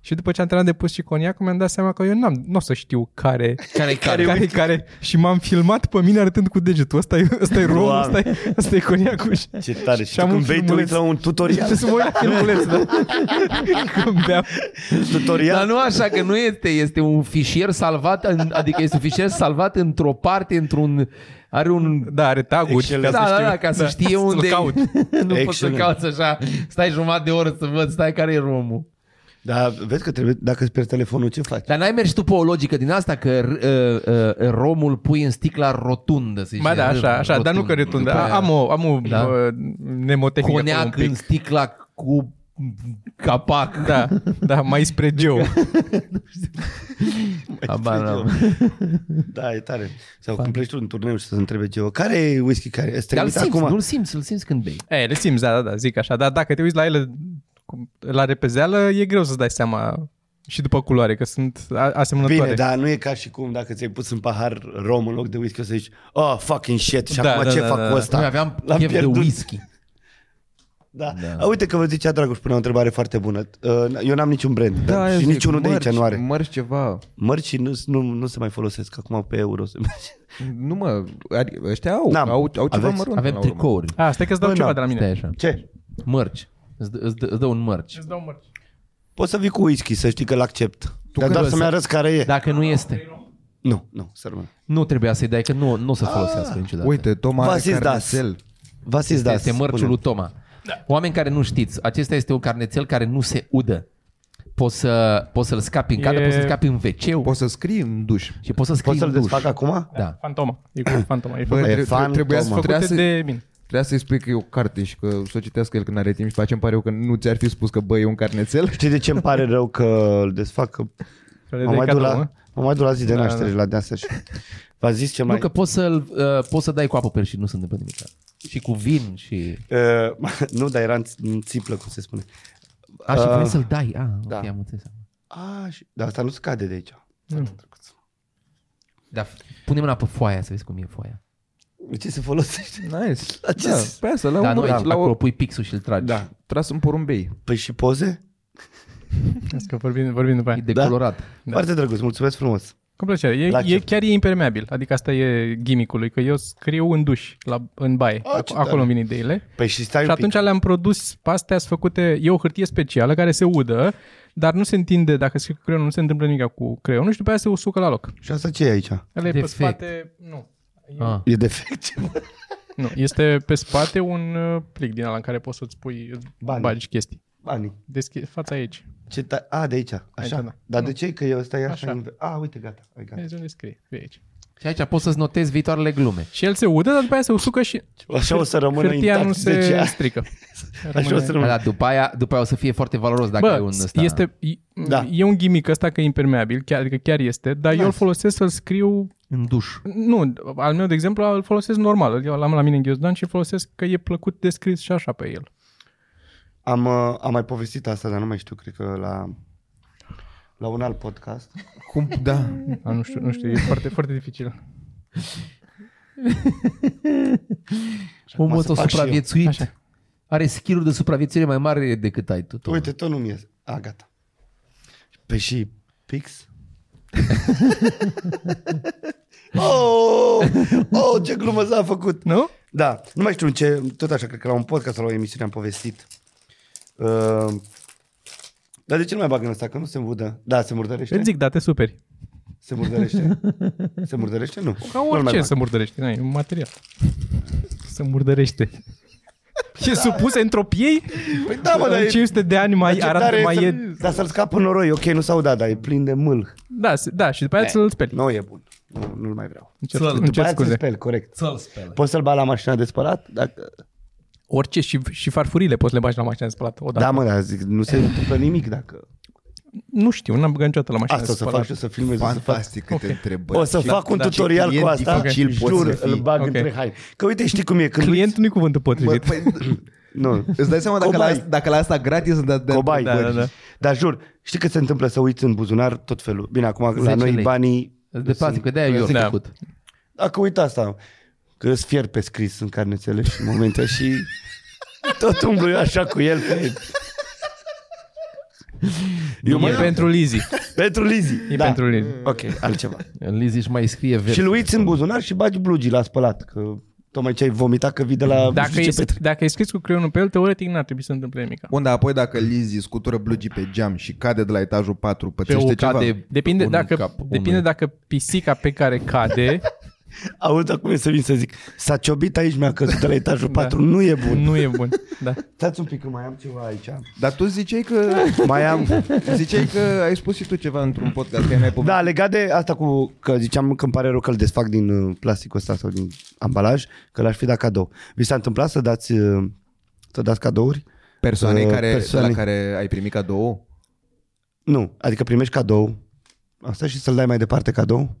Speaker 1: și după ce am turnat de pus și coniac, mi-am dat seama că eu n-am, nu o să știu care
Speaker 2: Care
Speaker 1: care, care, care, și m-am filmat pe mine arătând cu degetul. Asta e, asta e rom,
Speaker 3: Doamne.
Speaker 1: asta e, asta e coniacul. Și
Speaker 3: Ce tare. Și,
Speaker 1: Și am
Speaker 3: tu când
Speaker 1: un
Speaker 3: vei, tu
Speaker 1: filmuleț.
Speaker 3: uiți la un tutorial.
Speaker 1: trebuie să mă uit la filmuleț, da? Când beam.
Speaker 2: Dar
Speaker 3: tutorial.
Speaker 2: Da, nu așa că nu este, este un fișier salvat, în, adică este un fișier salvat într-o parte, într-un are un
Speaker 1: Da, are taguri.
Speaker 2: da,
Speaker 1: să
Speaker 2: da,
Speaker 1: știu.
Speaker 2: da, ca să știe unde
Speaker 1: Să-l caut.
Speaker 2: nu poți să
Speaker 3: Excelent.
Speaker 2: cauți așa stai jumătate de oră să văd, stai care e romul
Speaker 3: Dar Da, vezi că trebuie, dacă îți pierzi telefonul, ce faci?
Speaker 2: dar n-ai mers și tu pe o logică din asta că uh, uh, romul pui în sticla rotundă
Speaker 3: Deci
Speaker 2: să
Speaker 1: Ba da, așa, așa, dar nu că retundă. Am o, am o
Speaker 2: Da.
Speaker 1: da. nemotehnică acolo un
Speaker 2: coneac
Speaker 1: pic.
Speaker 2: în sticla cu capac
Speaker 1: Da, da, mai
Speaker 3: Adică-
Speaker 1: spre Joe.
Speaker 2: Habar n-am.
Speaker 3: Da, e tare. Sau când pleci tu în turneu și să se întrebe Geo, care e whisky care? Îți
Speaker 2: dar îl
Speaker 3: trimit
Speaker 2: simți,
Speaker 3: acum?
Speaker 2: nu-l simți, îl simți când bei
Speaker 1: E, le simți, da, da, da, zic așa. Dar dacă te uiți la ele cu- la repezeală, e greu să-ți dai seama și după culoare, că sunt a- asemănătoare.
Speaker 3: Bine, dar nu e ca și cum dacă ți-ai pus în pahar rom în loc de whisky o să zici, oh, fucking shit, și
Speaker 1: Da,
Speaker 3: acum
Speaker 1: da,
Speaker 3: ce
Speaker 1: da,
Speaker 3: fac
Speaker 1: da,
Speaker 3: cu
Speaker 1: da.
Speaker 3: ăsta?
Speaker 2: noi aveam
Speaker 3: L-am
Speaker 2: chef de
Speaker 3: pierdut.
Speaker 2: whisky
Speaker 3: Da.
Speaker 2: Da.
Speaker 3: A, uite că vă zicea Dragoș până o întrebare foarte bună. Uh, Eu n-am niciun brand
Speaker 4: Da,
Speaker 3: da,
Speaker 4: eu
Speaker 3: și
Speaker 4: zic,
Speaker 3: niciunul de aici
Speaker 4: mărci,
Speaker 3: nu are.
Speaker 4: Mărci ceva.
Speaker 3: Mărcii nu, nu, nu se mai folosesc acum pe euro. se merge.
Speaker 4: Nu mă, adică ăștia au,
Speaker 3: N-am.
Speaker 4: au, au ceva
Speaker 3: Aveți?
Speaker 4: mărunt.
Speaker 2: avem
Speaker 4: până la urmă.
Speaker 2: tricouri
Speaker 1: A, stai că îți dau
Speaker 3: Bă,
Speaker 1: ceva
Speaker 3: da.
Speaker 1: de la
Speaker 2: stai
Speaker 1: mine.
Speaker 2: așa
Speaker 3: Ce?
Speaker 2: Mărci. Îți, dă- îți, dă- îți dă un mărci.
Speaker 1: Îți dau mărci.
Speaker 3: Poți să vii cu whisky, să știi că l-accept. Dar
Speaker 2: când
Speaker 3: doar
Speaker 2: o
Speaker 3: să-mi
Speaker 2: să- Da.
Speaker 3: arăți care e.
Speaker 2: Dacă nu este,
Speaker 3: Nu, nu, să rămână.
Speaker 2: nu trebuia să-i dai, că nu, nu o să folosească niciodată.
Speaker 4: Uite, Toma are
Speaker 3: Vasis Das.
Speaker 4: carnețel.
Speaker 3: Vasis
Speaker 2: Da,
Speaker 3: Das.
Speaker 2: este mărciul
Speaker 3: spune.
Speaker 2: lui Toma.
Speaker 1: Da.
Speaker 2: Oameni care nu știți, acesta este un carnețel care nu se udă. Poți, să, poți să-l scapi în cadă,
Speaker 1: E-
Speaker 2: poți să-l scapi în wec
Speaker 4: Poți să scrii în duș.
Speaker 2: și poți să
Speaker 3: Poți
Speaker 2: scrii
Speaker 3: să-l
Speaker 2: în duș.
Speaker 3: desfac acum?
Speaker 2: Da.
Speaker 1: Fantoma. E cu fantoma. E
Speaker 4: Bă,
Speaker 1: făcut-
Speaker 3: e
Speaker 4: tre-
Speaker 3: fan
Speaker 4: tre- trebuia să
Speaker 3: Toma.
Speaker 4: trebuia
Speaker 1: făcută
Speaker 4: să,
Speaker 1: de mine.
Speaker 4: trebuia să-i spui că e o carte și că să o citească el când are timp și facem pare eu că nu ți-ar fi spus că bă, e un carnețel.
Speaker 3: Știi de ce îmi pare rău că îl desfac? Că
Speaker 1: Să le
Speaker 3: mă
Speaker 1: dai
Speaker 3: mai duc
Speaker 1: cadou,
Speaker 3: la,
Speaker 1: mă.
Speaker 3: mă mai duc la zi de
Speaker 1: Da,
Speaker 3: naștere
Speaker 1: da.
Speaker 3: la de-astea și... V-am zis ce
Speaker 2: Nu
Speaker 3: mai...
Speaker 2: că poți să-l, uh, poți să dai cu apă pe el și nu se întâmplă nimic. Și cu vin și...
Speaker 3: Uh, nu, dar era în, în țiplă, cum se spune.
Speaker 2: A, și
Speaker 3: Uh,
Speaker 2: vrei să-l dai. A, da.
Speaker 3: da.
Speaker 2: ok, am înțeles.
Speaker 3: A, Ah, și... Dar asta nu se cade de aici.
Speaker 2: Dar Da. pune mâna pe foaia să vezi cum e foaia.
Speaker 3: De ce se folosește?
Speaker 4: Nice. Da,
Speaker 3: ce s-
Speaker 4: pe asta, la
Speaker 2: Da,
Speaker 4: da,
Speaker 2: nu,
Speaker 4: unul aici,
Speaker 2: aici,
Speaker 4: la
Speaker 2: acolo
Speaker 4: o,
Speaker 2: pui pixul și îl tragi.
Speaker 3: Da.
Speaker 4: tras în porumbei.
Speaker 3: Păi și poze?
Speaker 1: Hai Că vorbim, vorbim după
Speaker 2: E
Speaker 1: aia.
Speaker 2: decolorat.
Speaker 3: Da. Foarte drăguț, mulțumesc frumos.
Speaker 1: Cu plăcere. E,
Speaker 3: La
Speaker 1: e,
Speaker 3: chef.
Speaker 1: chiar e impermeabil. Adică asta e gimmick-ul lui, că eu scriu în duș, la, în baie.
Speaker 3: Ah,
Speaker 1: Ac-
Speaker 3: ce tare.
Speaker 1: acolo îmi vin ideile.
Speaker 3: Păi și stai
Speaker 1: Și
Speaker 3: un pic.
Speaker 1: atunci le-am produs pastea făcute, e o hârtie specială care se udă, dar nu se întinde, dacă scrii cu creionul, nu se întâmplă nimic cu creionul și după aia se usucă la loc.
Speaker 3: Și asta ce e aici?
Speaker 1: Ele e pe
Speaker 2: Defect.
Speaker 1: spate, nu.
Speaker 2: A.
Speaker 3: E defect.
Speaker 1: Nu, este pe spate un uh, plic din ala în care poți să-ți pui,
Speaker 3: Bani.
Speaker 1: Bani. bagi chestii.
Speaker 3: Banii.
Speaker 1: Deschi- fața aici.
Speaker 3: Ce ta... A, de aici. Așa.
Speaker 1: Aici, da.
Speaker 3: Dar de ce? Că eu ăsta e așa.
Speaker 1: Așa.
Speaker 3: inver- A, uite, gata. Ai, gata.
Speaker 1: Vezi unde scrie, vezi aici.
Speaker 2: Și aici poți să-ți notezi viitoarele glume.
Speaker 1: Și el se udă, dar după aia se usucă și
Speaker 3: Așa o să rămână
Speaker 1: hârtia
Speaker 3: intact
Speaker 1: nu
Speaker 3: 10
Speaker 1: se
Speaker 3: ani.
Speaker 1: strică.
Speaker 3: Așa o să
Speaker 2: Da,
Speaker 3: rămână.
Speaker 2: da, după aia, după aia o să fie foarte valoros dacă ai
Speaker 1: Bă,
Speaker 2: un ăsta.
Speaker 1: este,
Speaker 3: Da.
Speaker 1: da. e un gimmick ăsta că e impermeabil, chiar, adică chiar este, dar eu îl folosesc să-l scriu,
Speaker 2: în duș.
Speaker 1: nu, al meu, de exemplu, îl folosesc normal, eu l-am la mine în ghiozdan și îl folosesc că e plăcut de scris și așa pe el.
Speaker 3: Am, uh, am mai povestit asta, dar nu mai știu, cred că la, la un alt podcast.
Speaker 4: Cum, da.
Speaker 1: A, nu știu, nu știu, e foarte, foarte dificil.
Speaker 2: Omul
Speaker 3: să
Speaker 2: ăsta
Speaker 3: fac
Speaker 2: a
Speaker 3: și eu.
Speaker 2: supraviețuit. Are skill de supraviețuire mai mare decât ai tu. Toma.
Speaker 3: Uite, tot nu-mi iese. A, gata. Pe și Pix? oh, oh, ce glumă s-a făcut!
Speaker 1: Nu?
Speaker 3: Da, nu mai știu în ce, tot așa, cred că la un podcast sau la o emisiune am povestit. Uh, dar de ce nu mai bag în ăsta? Că nu se învudă. Da, se murdărește?
Speaker 1: Îți zic, da, te superi.
Speaker 3: Se murdărește? Se murdărește? Nu.
Speaker 1: Ca
Speaker 3: Nu-l mai
Speaker 1: orice
Speaker 3: bag.
Speaker 1: să murdărești, nu, e un material. Să murdărește. E supus entropiei?
Speaker 3: Păi da, mă, dar
Speaker 1: în
Speaker 3: e-
Speaker 1: 500 de ani mai
Speaker 3: ce
Speaker 1: arată,
Speaker 3: tare
Speaker 1: mai
Speaker 3: să-
Speaker 1: e...
Speaker 3: Dar să-l scapă noroi, ok, nu s-au dat, dar e plin de mâl.
Speaker 1: Da, se- da, și după aia să-l speli.
Speaker 3: Nu e bun. Nu, nu-l mai vreau.
Speaker 1: Încerc,
Speaker 2: Slăl, după
Speaker 1: încerc
Speaker 3: Aia ți-l
Speaker 1: scuze.
Speaker 3: speli, corect.
Speaker 2: Să-l spele.
Speaker 3: Poți să-l bagi la mașina de spălat? Dacă...
Speaker 1: Orice și, și farfurile poți să le bagi la mașina de spălat. O
Speaker 3: Da,
Speaker 1: dată.
Speaker 3: mă, dar zic, nu se întâmplă nimic dacă...
Speaker 1: Nu știu, n-am băgat niciodată la mașina
Speaker 3: Asta o
Speaker 1: de
Speaker 3: să
Speaker 1: spălat.
Speaker 3: fac și o să filmez, o să fac...
Speaker 4: Fantastic câte întrebări.
Speaker 3: O să
Speaker 4: Ce-
Speaker 3: fac un
Speaker 4: ce
Speaker 3: tutorial cu
Speaker 4: client
Speaker 3: asta,
Speaker 4: dificil poți
Speaker 3: jur,
Speaker 4: să fii.
Speaker 3: îl bag
Speaker 1: Ok.
Speaker 3: între haine. Că uite, știi cum e când...
Speaker 1: Clientul nu-i cuvântul
Speaker 4: Bă,
Speaker 1: potrivit.
Speaker 4: păi,
Speaker 3: Nu.
Speaker 4: îți dai seama dacă la,
Speaker 3: Cobai.
Speaker 4: asta, dacă la asta gratis îmi dai
Speaker 3: Cobai,
Speaker 1: Da,
Speaker 3: da,
Speaker 1: da, da.
Speaker 3: Dar jur, știi că se întâmplă să uiți în buzunar tot felul. Bine, acum la
Speaker 2: 10
Speaker 3: noi
Speaker 2: lei.
Speaker 3: banii...
Speaker 2: Îți departe, Păi, că de-aia eu
Speaker 1: Da.
Speaker 2: am făcut.
Speaker 3: Dacă uit asta, că îți fier pe scris în carnețele și în momente și tot umblu eu așa cu el. Pe... Eu
Speaker 1: e
Speaker 3: mă,
Speaker 1: pentru Lizzy.
Speaker 3: pentru Lizzy.
Speaker 1: E
Speaker 3: da.
Speaker 1: pentru Lizzy.
Speaker 3: Ok, altceva.
Speaker 2: Lizzy își mai scrie
Speaker 3: și
Speaker 2: verde.
Speaker 3: îl uiți în buzunar și bagi blugii la spălat, că tocmai ce ai vomitat că vii de la... nu
Speaker 1: Dacă
Speaker 3: știu ce
Speaker 1: e,
Speaker 3: petre-
Speaker 1: dacă e scris cu creionul pe el, teoretic n-ar trebui să se întâmple nimic.
Speaker 4: Bun, dar apoi dacă Lizzy scutură blugii pe geam și cade de la etajul 4,
Speaker 2: Pe-ul
Speaker 4: pățește ceva?
Speaker 2: cade-
Speaker 1: Depinde,
Speaker 2: Unul în
Speaker 1: dacă,
Speaker 2: cap, unul
Speaker 1: depinde
Speaker 2: în-
Speaker 1: dacă pisica pe care cade
Speaker 3: Aud acum e să vin să zic, s-a ciobit aici, mi-a căzut de la etajul
Speaker 1: Da.
Speaker 3: 4, nu e bun.
Speaker 1: nu e bun. Da.
Speaker 3: Stați un pic că mai am ceva aici.
Speaker 4: Dar tu ziceai că,
Speaker 3: Mai am...
Speaker 4: ziceai că ai spus și tu ceva într-un podcast că ai mai
Speaker 1: Păi-
Speaker 3: Da, legat de asta cu că ziceam că îmi pare rău că îl desfac din uh, plasticul ăsta sau din ambalaj, că l-aș fi dat cadou. Vi s-a întâmplat să dați, uh, să dați cadouri?
Speaker 4: Persoanei
Speaker 3: Uh,
Speaker 4: care,
Speaker 3: persoane-
Speaker 4: persoane. la care ai primit cadou?
Speaker 3: Nu, adică primești cadou asta și să-l dai mai departe cadou?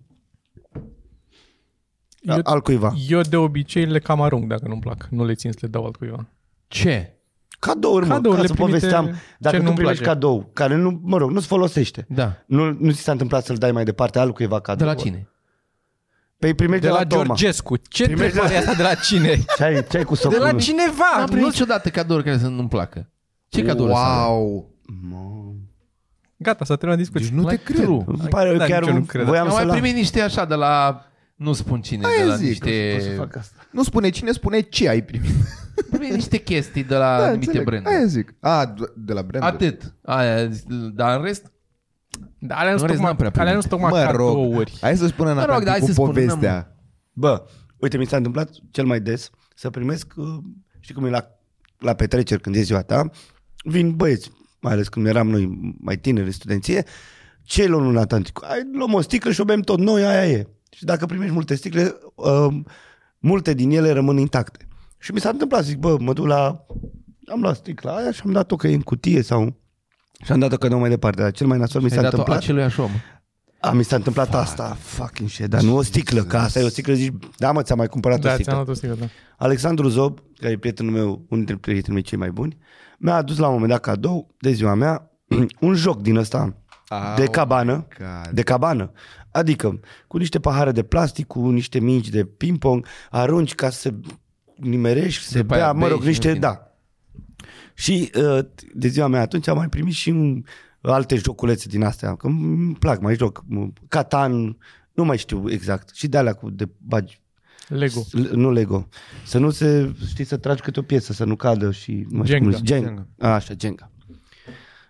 Speaker 1: Eu-
Speaker 3: Eu... Al cuiva.
Speaker 1: Eu de obicei le cam arunc dacă nu-mi plac. Nu le țin să le dau altcuiva.
Speaker 2: Ce?
Speaker 3: Cadouri, mă,
Speaker 1: Cadourile
Speaker 3: ca să
Speaker 1: primite
Speaker 3: povesteam. Dacă
Speaker 1: ce
Speaker 3: tu
Speaker 1: nu-mi
Speaker 3: primești
Speaker 1: place.
Speaker 3: cadou, care nu, mă rog, nu-ți folosește.
Speaker 2: Da.
Speaker 3: Nu, nu ți s-a întâmplat să-l dai mai departe al cuiva
Speaker 2: De
Speaker 3: cadou.
Speaker 2: la cine?
Speaker 3: Păi primești
Speaker 1: De
Speaker 3: de,
Speaker 1: la
Speaker 3: Toma.
Speaker 1: Georgescu. Ce
Speaker 3: Primești de la-
Speaker 1: întrebare e asta de la cine?
Speaker 3: Ce ai, ce ai cu
Speaker 1: De
Speaker 3: socul?
Speaker 1: la cineva!
Speaker 2: N-am primit
Speaker 1: Da, Nu
Speaker 2: niciodată cadouri care să nu-mi placă. Ce cadouri wow.
Speaker 4: Wow!
Speaker 1: Gata, s-a terminat
Speaker 2: Deci
Speaker 1: discuția.
Speaker 2: nu te
Speaker 1: Like,
Speaker 2: cred.
Speaker 1: true.
Speaker 3: Îmi pare,
Speaker 1: Da,
Speaker 3: chiar
Speaker 1: nici eu nu cred.
Speaker 3: voiam
Speaker 2: Am
Speaker 3: să
Speaker 2: mai
Speaker 3: la...
Speaker 2: primit niște așa de la... Nu spun cine, de la
Speaker 4: zic,
Speaker 2: niște...
Speaker 3: O să fac asta.
Speaker 4: Nu spune cine, spune ce ai primit.
Speaker 2: Primit niște chestii de la anumite
Speaker 4: Da, înțeleg.
Speaker 2: branduri.
Speaker 4: Aia zic. A, d- de la brand.
Speaker 2: Atât. Aia, dar în rest,
Speaker 1: Da, alea nu
Speaker 2: În
Speaker 1: sunt
Speaker 2: rest,
Speaker 1: tocmai,
Speaker 2: n-am prea primit.
Speaker 1: alea nu sunt tocmai
Speaker 4: Mă rog,
Speaker 1: cadouri.
Speaker 4: hai să spună
Speaker 2: rog, dar
Speaker 4: Nathan
Speaker 2: hai
Speaker 4: cu
Speaker 2: să spunem-
Speaker 4: povestea.
Speaker 3: Bă, uite, mi s-a întâmplat cel mai des să primesc, uh, știi cum e la, la petreceri când e ziua ta, vin băieți, mai ales când eram noi mai tineri, în studenție, ce luăm un Atlantic? Ai, luăm o sticlă și o bem tot noi, aia e. Și dacă primești multe sticle, uh, multe din ele rămân intacte. Și mi s-a întâmplat, zic, bă, mă duc la... Am luat sticla aia și am dat-o că e în cutie sau... Și am dat-o că nu mai departe, dar cel mai nasol mi s-a
Speaker 2: ai dat-o
Speaker 3: întâmplat...
Speaker 2: acelui așa om.
Speaker 3: A, mi s-a întâmplat Fuck. asta. Fucking shit. Dar nu o sticlă, că asta e o sticlă, zici, da mă, ți-am mai cumpărat o
Speaker 1: Da,
Speaker 3: sticlă.
Speaker 1: ți-am dat o sticlă, da.
Speaker 3: Alexandru Zob, care e prietenul meu, unul dintre prietenii mei cei mai buni, mi-a adus la un moment dat cadou de ziua mea un joc din ăsta
Speaker 4: Au,
Speaker 3: de cabană,
Speaker 4: God.
Speaker 3: de cabană. Adică cu niște pahare de plastic, cu niște mingi de ping-pong, arunci ca să se nimerești, se
Speaker 2: După aia
Speaker 3: bea, mă
Speaker 2: bei
Speaker 3: rog,
Speaker 2: și în
Speaker 3: niște,
Speaker 2: fine.
Speaker 3: da. Și uh, de ziua mea atunci am mai primit și un, alte joculețe din astea, că îmi plac, mai joc, Catan, nu mai știu exact, și de alea cu de bagi
Speaker 1: Lego.
Speaker 3: L- nu Lego. Să nu se, știi, să tragi câte o piesă, să nu cadă și... nu mai știu
Speaker 1: Jenga.
Speaker 3: cum zice. Jenga. A, așa, Jenga.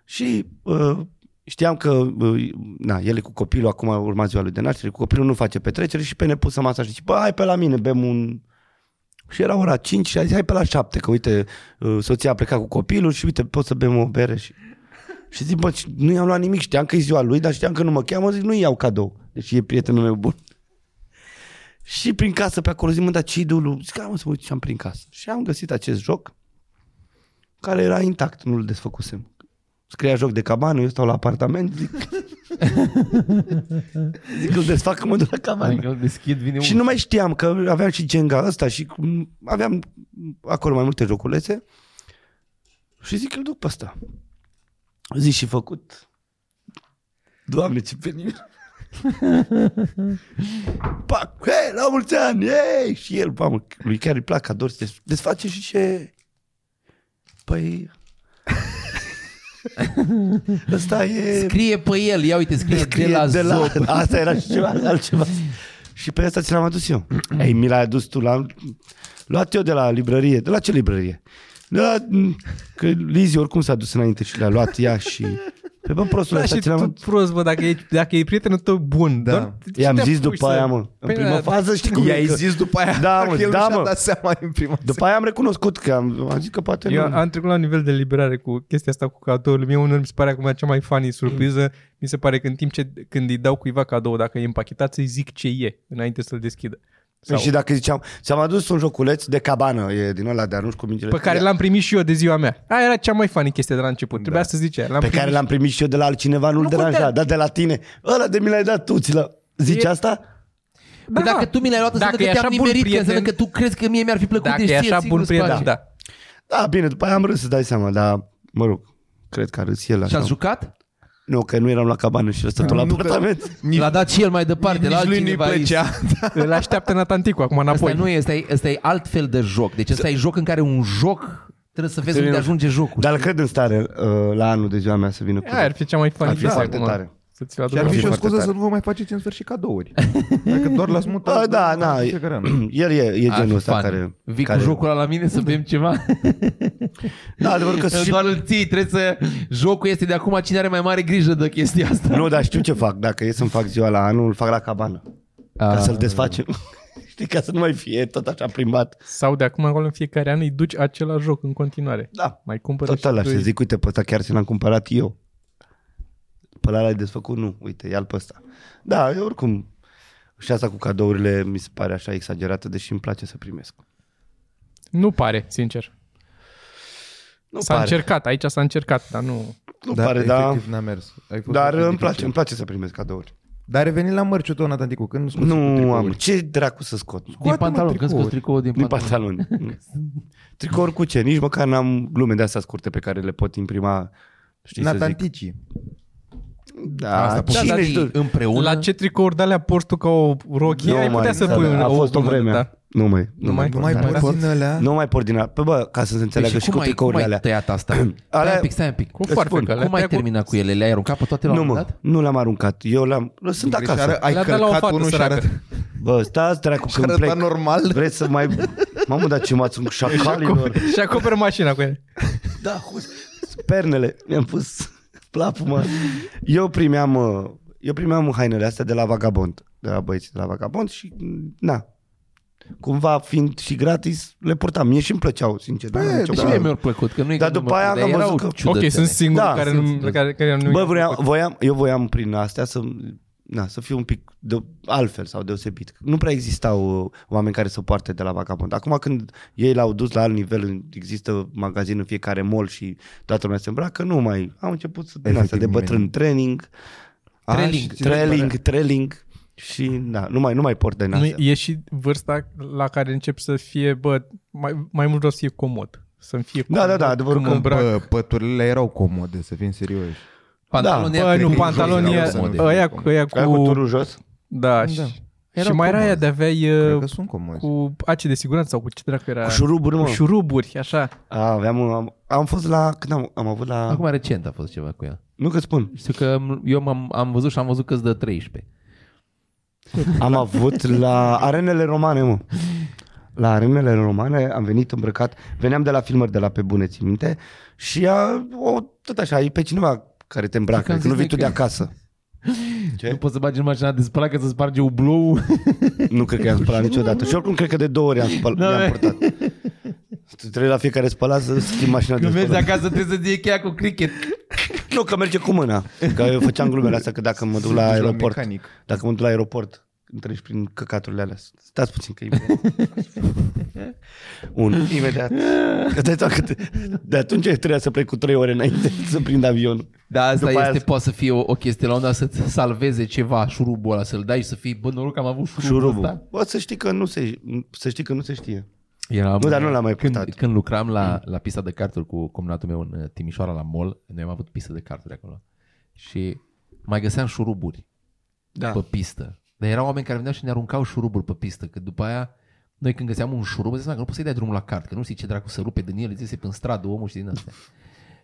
Speaker 3: Și uh, știam că, uh, na, el e cu copilul, acum urma ziua lui de naștere, cu copilul nu face petrecere și pe nepusă masa și zice, bă, hai pe la mine, bem un... Și era ora 5 și a zis, hai pe la 7, că uite, uh, soția a plecat cu copilul și uite, pot să bem o bere și... Și zic, bă, și nu i-am luat nimic, știam că e ziua lui, dar știam că nu mă cheamă, zic, nu iau cadou. Deci e prietenul meu bun. Și prin casă pe acolo zic, mă, dar ce idolul? Zic, hai mă să mă uit ce am prin casă. Și am găsit acest joc care era intact, nu-l desfăcusem. Scria joc de cabană, eu stau la apartament, zic, zic îl desfac că mă duc la cabană.
Speaker 2: Adică îl deschid, vine
Speaker 3: Și nu mai știam că aveam și Jenga ăsta și cum- aveam acolo mai multe joculețe. Și zic, îl duc pe ăsta. Zi și făcut. Doamne, ce penin. Pac, hei, la mulți ani, ei! Și el, mamă, lui chiar îi plac cadou, se des- desface și ce... Păi... Ăsta e...
Speaker 2: Scrie pe el, ia uite, scrie,
Speaker 3: Scrie
Speaker 2: de la de Zob.
Speaker 3: Asta era și ceva altceva. și pe asta ți l-am adus eu.
Speaker 1: Mm.
Speaker 3: Ei, mi l-ai adus tu, l-am luat eu de la librărie. mm, De la ce librărie? De la... Că Lizzie oricum s-a dus înainte și le-a luat ea și... Pe Păi bă, prostul
Speaker 1: Da,
Speaker 3: ăsta
Speaker 1: și
Speaker 3: ți l-am...
Speaker 1: tu prost, bă, dacă e, dacă e prietenul tău bun.
Speaker 4: Da.
Speaker 1: doar-
Speaker 3: I-am
Speaker 1: ce te
Speaker 3: zis
Speaker 1: apuci
Speaker 3: după
Speaker 1: să-
Speaker 3: aia, mă. În
Speaker 1: Păi,
Speaker 3: prima
Speaker 1: da,
Speaker 3: fază știi cum
Speaker 4: I-ai
Speaker 3: e că-
Speaker 4: zis după aia
Speaker 3: Da, mă,
Speaker 4: că el
Speaker 3: da,
Speaker 4: nu și-a
Speaker 3: mă.
Speaker 4: dat seama în prima zi.
Speaker 3: După aia am recunoscut că am, am zis că poate
Speaker 1: Eu
Speaker 3: nu.
Speaker 1: am trecut la un nivel de liberare cu chestia asta cu cadourile. Mie unul mi se pare acum cea mai funny surpriză. Mi se pare că în timp ce când îi dau cuiva cadou, dacă e împachetat, să-i zic ce e înainte să-l deschidă. Sau,
Speaker 3: Păi, Și dacă ziceam, ți-am adus un joculeț de cabană, e din ăla de arunci cu mingile.
Speaker 1: pe care l-am primit și eu de ziua mea. Aia era cea mai funny chestie de la început. Trebuia să zice. L-am
Speaker 3: Da. Pe
Speaker 1: primit
Speaker 3: care
Speaker 1: și-
Speaker 3: l-am primit și eu de la altcineva, nu-l
Speaker 1: Nu
Speaker 3: deranja,
Speaker 1: contează.
Speaker 3: dar de la tine. Ăla de mi l-ai dat tu, ți l Zici
Speaker 1: E-
Speaker 3: asta?
Speaker 2: Păi dacă tu mi l-ai luat, înseamnă
Speaker 1: Dacă
Speaker 2: că
Speaker 1: e
Speaker 2: te-am
Speaker 1: așa bun
Speaker 2: nimerit, că înseamnă că
Speaker 1: prieten-
Speaker 2: tu crezi că mie mi-ar fi plăcut.
Speaker 1: Dacă
Speaker 2: deci
Speaker 1: e
Speaker 2: ție
Speaker 1: așa
Speaker 2: singur
Speaker 1: bun
Speaker 2: îți
Speaker 1: prieten,
Speaker 2: place.
Speaker 1: da.
Speaker 3: Da, bine, după aia am râs, îți dai seama, dar mă rog, cred că a râs el
Speaker 2: Și
Speaker 3: așa.
Speaker 2: ați jucat?
Speaker 3: Nu, că nu eram la cabană și ăsta tot la
Speaker 4: Nu că-
Speaker 3: apartament.
Speaker 4: Nici-
Speaker 2: L-a dat și el mai departe, la
Speaker 4: Nici lui nu-i
Speaker 2: altcineva. îi-
Speaker 4: plăcea.
Speaker 1: Îl așteaptă Natanticu acum
Speaker 2: Asta
Speaker 1: înapoi.
Speaker 2: nu e, asta e, asta e altfel de joc. Deci asta e joc în care un joc trebuie să vezi
Speaker 3: Trebuie Da,
Speaker 2: unde
Speaker 3: nu-
Speaker 2: ajunge jocul.
Speaker 3: Dar îl cred în stare uh, la anul de ziua mea să vină cu...
Speaker 1: Aia ar fi cea mai funny
Speaker 3: Ar fi
Speaker 1: chestie
Speaker 3: foarte
Speaker 1: acum.
Speaker 3: tare.
Speaker 1: Să ți-l
Speaker 4: Și ar
Speaker 1: aduc.
Speaker 4: fi și o
Speaker 3: foarte
Speaker 4: scuză
Speaker 3: tare.
Speaker 4: să nu vă mai faceți în sfârșit cadouri. Dacă doar l-ați mutat...
Speaker 3: Ah, da, na,
Speaker 4: în fiecare an.
Speaker 3: el e, e
Speaker 1: Ah,
Speaker 2: Ar fi
Speaker 3: genul ăsta
Speaker 2: fun.
Speaker 3: care...
Speaker 2: Vii
Speaker 3: care...
Speaker 2: cu jocul ăla la mine să bem ceva?
Speaker 3: Da, adevăr că și...
Speaker 2: Doar îl ții, trebuie să... Jocul este de acum cine are mai mare grijă de chestia asta.
Speaker 3: Nu, dar știu ce fac. Dacă e să-mi fac ziua la anul, îl fac la cabană. Ca să-l desfacem. Știi, ca să nu mai fie tot așa plimbat.
Speaker 1: Sau de acum acolo în fiecare an îi duci același joc în continuare.
Speaker 3: Da.
Speaker 1: Mai cumpără
Speaker 3: Tot
Speaker 1: și
Speaker 3: ăla și
Speaker 1: Păi, tu.
Speaker 3: zic, uite, pe ăsta chiar ți l-am cumpărat eu. Pe ăla l-ai desfăcut? Nu, uite, ia-l pe ăsta. Da, eu oricum. Și asta cu cadourile mi se pare așa exagerată, deși îmi place să primesc.
Speaker 1: Nu pare, sincer.
Speaker 3: Nu
Speaker 1: S-a
Speaker 3: pare,
Speaker 1: încercat, aici s-a încercat, dar nu...
Speaker 3: nu da, pare, da.
Speaker 4: Efectiv n-a mers. Ai fost
Speaker 3: Dar
Speaker 4: destul de
Speaker 3: îmi place,
Speaker 4: dificil.
Speaker 3: îmi place să primesc cadouri.
Speaker 4: Dar revenind la mărciu tău, Natanticu, când scoți cu
Speaker 3: Nu
Speaker 4: tricouri?
Speaker 3: am. Ce dracu să scot? mă?
Speaker 2: Din
Speaker 4: Scoate-mă
Speaker 2: pantalon, când scoți tricoul
Speaker 4: tricouri.
Speaker 2: din
Speaker 3: Din
Speaker 2: pantalon.
Speaker 3: pantaloni. Tricouri cu ce? Nici măcar n-am glume de astea scurte pe care le pot imprima. Știi să zic.
Speaker 4: Natanticii.
Speaker 3: Da,
Speaker 2: Asta poți
Speaker 3: cine
Speaker 2: da,
Speaker 3: știu?
Speaker 2: împreună.
Speaker 1: La ce tricouri de alea porți tu ca o rochie? Ai putea să pui un
Speaker 3: A
Speaker 1: ou
Speaker 3: fost o
Speaker 1: gumă de-
Speaker 3: vreme.
Speaker 1: da.
Speaker 3: Nu mai. Nu mai.
Speaker 1: mai-
Speaker 4: Nu mai
Speaker 1: Da, da.
Speaker 4: porți din alea?
Speaker 3: Nu mai por din alea. Păi bă, ca să se
Speaker 2: Păi
Speaker 3: înțeleagă și cu
Speaker 2: ai, cum
Speaker 3: tricourile
Speaker 2: ai
Speaker 3: alea.
Speaker 2: tăiat asta? Stai
Speaker 3: Alea-
Speaker 2: un pic, stai un pic. Cum,
Speaker 1: Cu foarfecă. le-ai
Speaker 2: ai
Speaker 1: tăiat cu-
Speaker 2: terminat cu ele? Le-ai aruncat pe toate la
Speaker 3: Nu
Speaker 2: un
Speaker 3: mă,
Speaker 2: moment dat?
Speaker 3: nu l-am aruncat. Eu l-am... Sunt acasă.
Speaker 4: Greșeală, ai
Speaker 1: Le-a dat la o
Speaker 4: călcat
Speaker 1: fată
Speaker 4: unul și
Speaker 1: săracă.
Speaker 4: arăt-
Speaker 3: Bă, stați dracu
Speaker 4: și
Speaker 3: când
Speaker 4: arăta
Speaker 3: plec.
Speaker 4: normal.
Speaker 3: Vreți să mai... Mamă, dar ce m-ați uncut șacalilor.
Speaker 1: Și acoperă mașina cu el.
Speaker 3: Da, cu- pernele. Mi-am pus plapul, mă. Eu primeam, uh, eu primeam hainele astea de la Vagabond. De la băieții de la Vagabond și, na, cumva fiind și gratis, le purtam. Mie și îmi plăceau, sincer. n-am
Speaker 4: Bă,
Speaker 3: nicio
Speaker 4: și
Speaker 2: Păi, da. Și mie
Speaker 3: problemă.
Speaker 2: mi-a plăcut, că nu e
Speaker 3: da. Dar
Speaker 2: că nu
Speaker 3: după
Speaker 2: mă-
Speaker 3: aia
Speaker 2: dar
Speaker 3: am
Speaker 2: erau
Speaker 3: văzut că-
Speaker 1: Ok,
Speaker 2: ciudățele.
Speaker 1: sunt singurul
Speaker 3: Da,
Speaker 1: care,
Speaker 3: sunt
Speaker 1: nu, care, care nu
Speaker 3: Bă, vreau, voiam, eu voiam prin astea să, na, să fiu un pic de, altfel sau deosebit. Nu prea existau uh, oameni care să poarte de la vagabond. Acum când ei l-au dus la alt nivel, există magazin în fiecare mall și toată lumea se îmbracă, nu mai. Am început să din
Speaker 4: Efectiv,
Speaker 3: astea de
Speaker 4: nimeni
Speaker 3: bătrân training,
Speaker 4: A,
Speaker 2: Trailing,
Speaker 4: și ți se
Speaker 3: trailing,
Speaker 4: pare-
Speaker 3: trailing și na, nu mai, nu mai port de
Speaker 1: Nu,
Speaker 3: astea.
Speaker 1: e și vârsta la care încep să fie, bă, mai, mai mult vreau să fie comod. Să-mi fie
Speaker 3: Da,
Speaker 1: comod
Speaker 3: da, da, adevărul
Speaker 1: când
Speaker 3: că-
Speaker 1: mă îmbrac.
Speaker 4: Bă, păturile erau comode, să fim serioși.
Speaker 3: Da.
Speaker 2: Pantalonii
Speaker 1: Bă,
Speaker 2: cred
Speaker 1: nu,
Speaker 2: că
Speaker 1: pantalonii
Speaker 4: jos,
Speaker 2: erau
Speaker 1: ăia-
Speaker 4: erau
Speaker 2: comode.
Speaker 1: ăia cu... Ăia
Speaker 3: Aia cu
Speaker 1: cu
Speaker 3: turul jos?
Speaker 1: da, și,
Speaker 4: Da.
Speaker 1: și
Speaker 4: Erau
Speaker 1: mai era aia
Speaker 4: comozi.
Speaker 1: de aveai
Speaker 4: Cred
Speaker 1: uh,
Speaker 4: că sunt comodi.
Speaker 1: cu ace de siguranță sau cu ce dracu era?
Speaker 3: Cu șuruburi, mă.
Speaker 1: Cu șuruburi, așa.
Speaker 3: A, aveam, un- am, am fost la, când am, am avut la,
Speaker 2: Acum recent a fost ceva cu el.
Speaker 3: nu că spun,
Speaker 2: Știu că eu m-am, am văzut și am văzut că de 13.
Speaker 3: Am avut la arenele romane, mă. La arenele romane am venit îmbrăcat, veneam de la filmări de la Pe Bune, ții minte? Și a, o, tot așa, e pe cineva care te
Speaker 2: Cred că
Speaker 3: îmbracă,
Speaker 2: am
Speaker 3: că nu
Speaker 2: zis
Speaker 3: vii tu
Speaker 2: noi
Speaker 3: de
Speaker 2: că-
Speaker 3: acasă. Ce?
Speaker 2: Nu poți să bagi în mașina de spălat că să sparge ublou.
Speaker 3: Nu cred că i-am spălat niciodată. Și oricum cred că de două ori am spăl,
Speaker 2: Da,
Speaker 3: mi-am
Speaker 2: bă.
Speaker 3: purtat. Tu Trebuie la fiecare spălat să schimbi mașina de
Speaker 2: Când mergi de
Speaker 3: spălat.
Speaker 2: acasă trebuie să-ți iei cheia cu cricket.
Speaker 3: Nu, că merge cu mâna. Că eu făceam glumele astea că dacă mă duc la
Speaker 4: Duci
Speaker 3: aeroport,
Speaker 4: mecanic.
Speaker 3: dacă mă duc la aeroport, îmi treci prin căcaturile alea. Stați puțin că Un, imediat. Că dai seama cât- De atunci trebuia să plec cu trei ore înainte să prind avionul.
Speaker 2: Da, asta
Speaker 3: După
Speaker 2: După
Speaker 3: aia-
Speaker 2: este, poate să fie o, o chestie la un dat să-ți salveze ceva, șurubul ăla, să-l dai și să fii, bă, noroc că am avut șurubul, ăsta.
Speaker 3: Șurubul. Bă, să știi că nu se, să știi că nu se știe.
Speaker 2: Eram,
Speaker 3: Nu, dar nu l-am mai
Speaker 2: când,
Speaker 3: purtat.
Speaker 2: când lucram la, la pista de carturi cu cumnatul meu în uh, Timișoara la mall, noi am avut pistă de carturi acolo și mai găseam șuruburi
Speaker 3: Da.
Speaker 2: pe pistă. Dar erau oameni care veneau și ne aruncau șuruburi pe pistă, că după aia noi când găseam un șurub, ziceam că nu poți să-i dai drumul la cart, că nu știi ce dracu să rupe din el, îți iese prin stradă omul și din astea.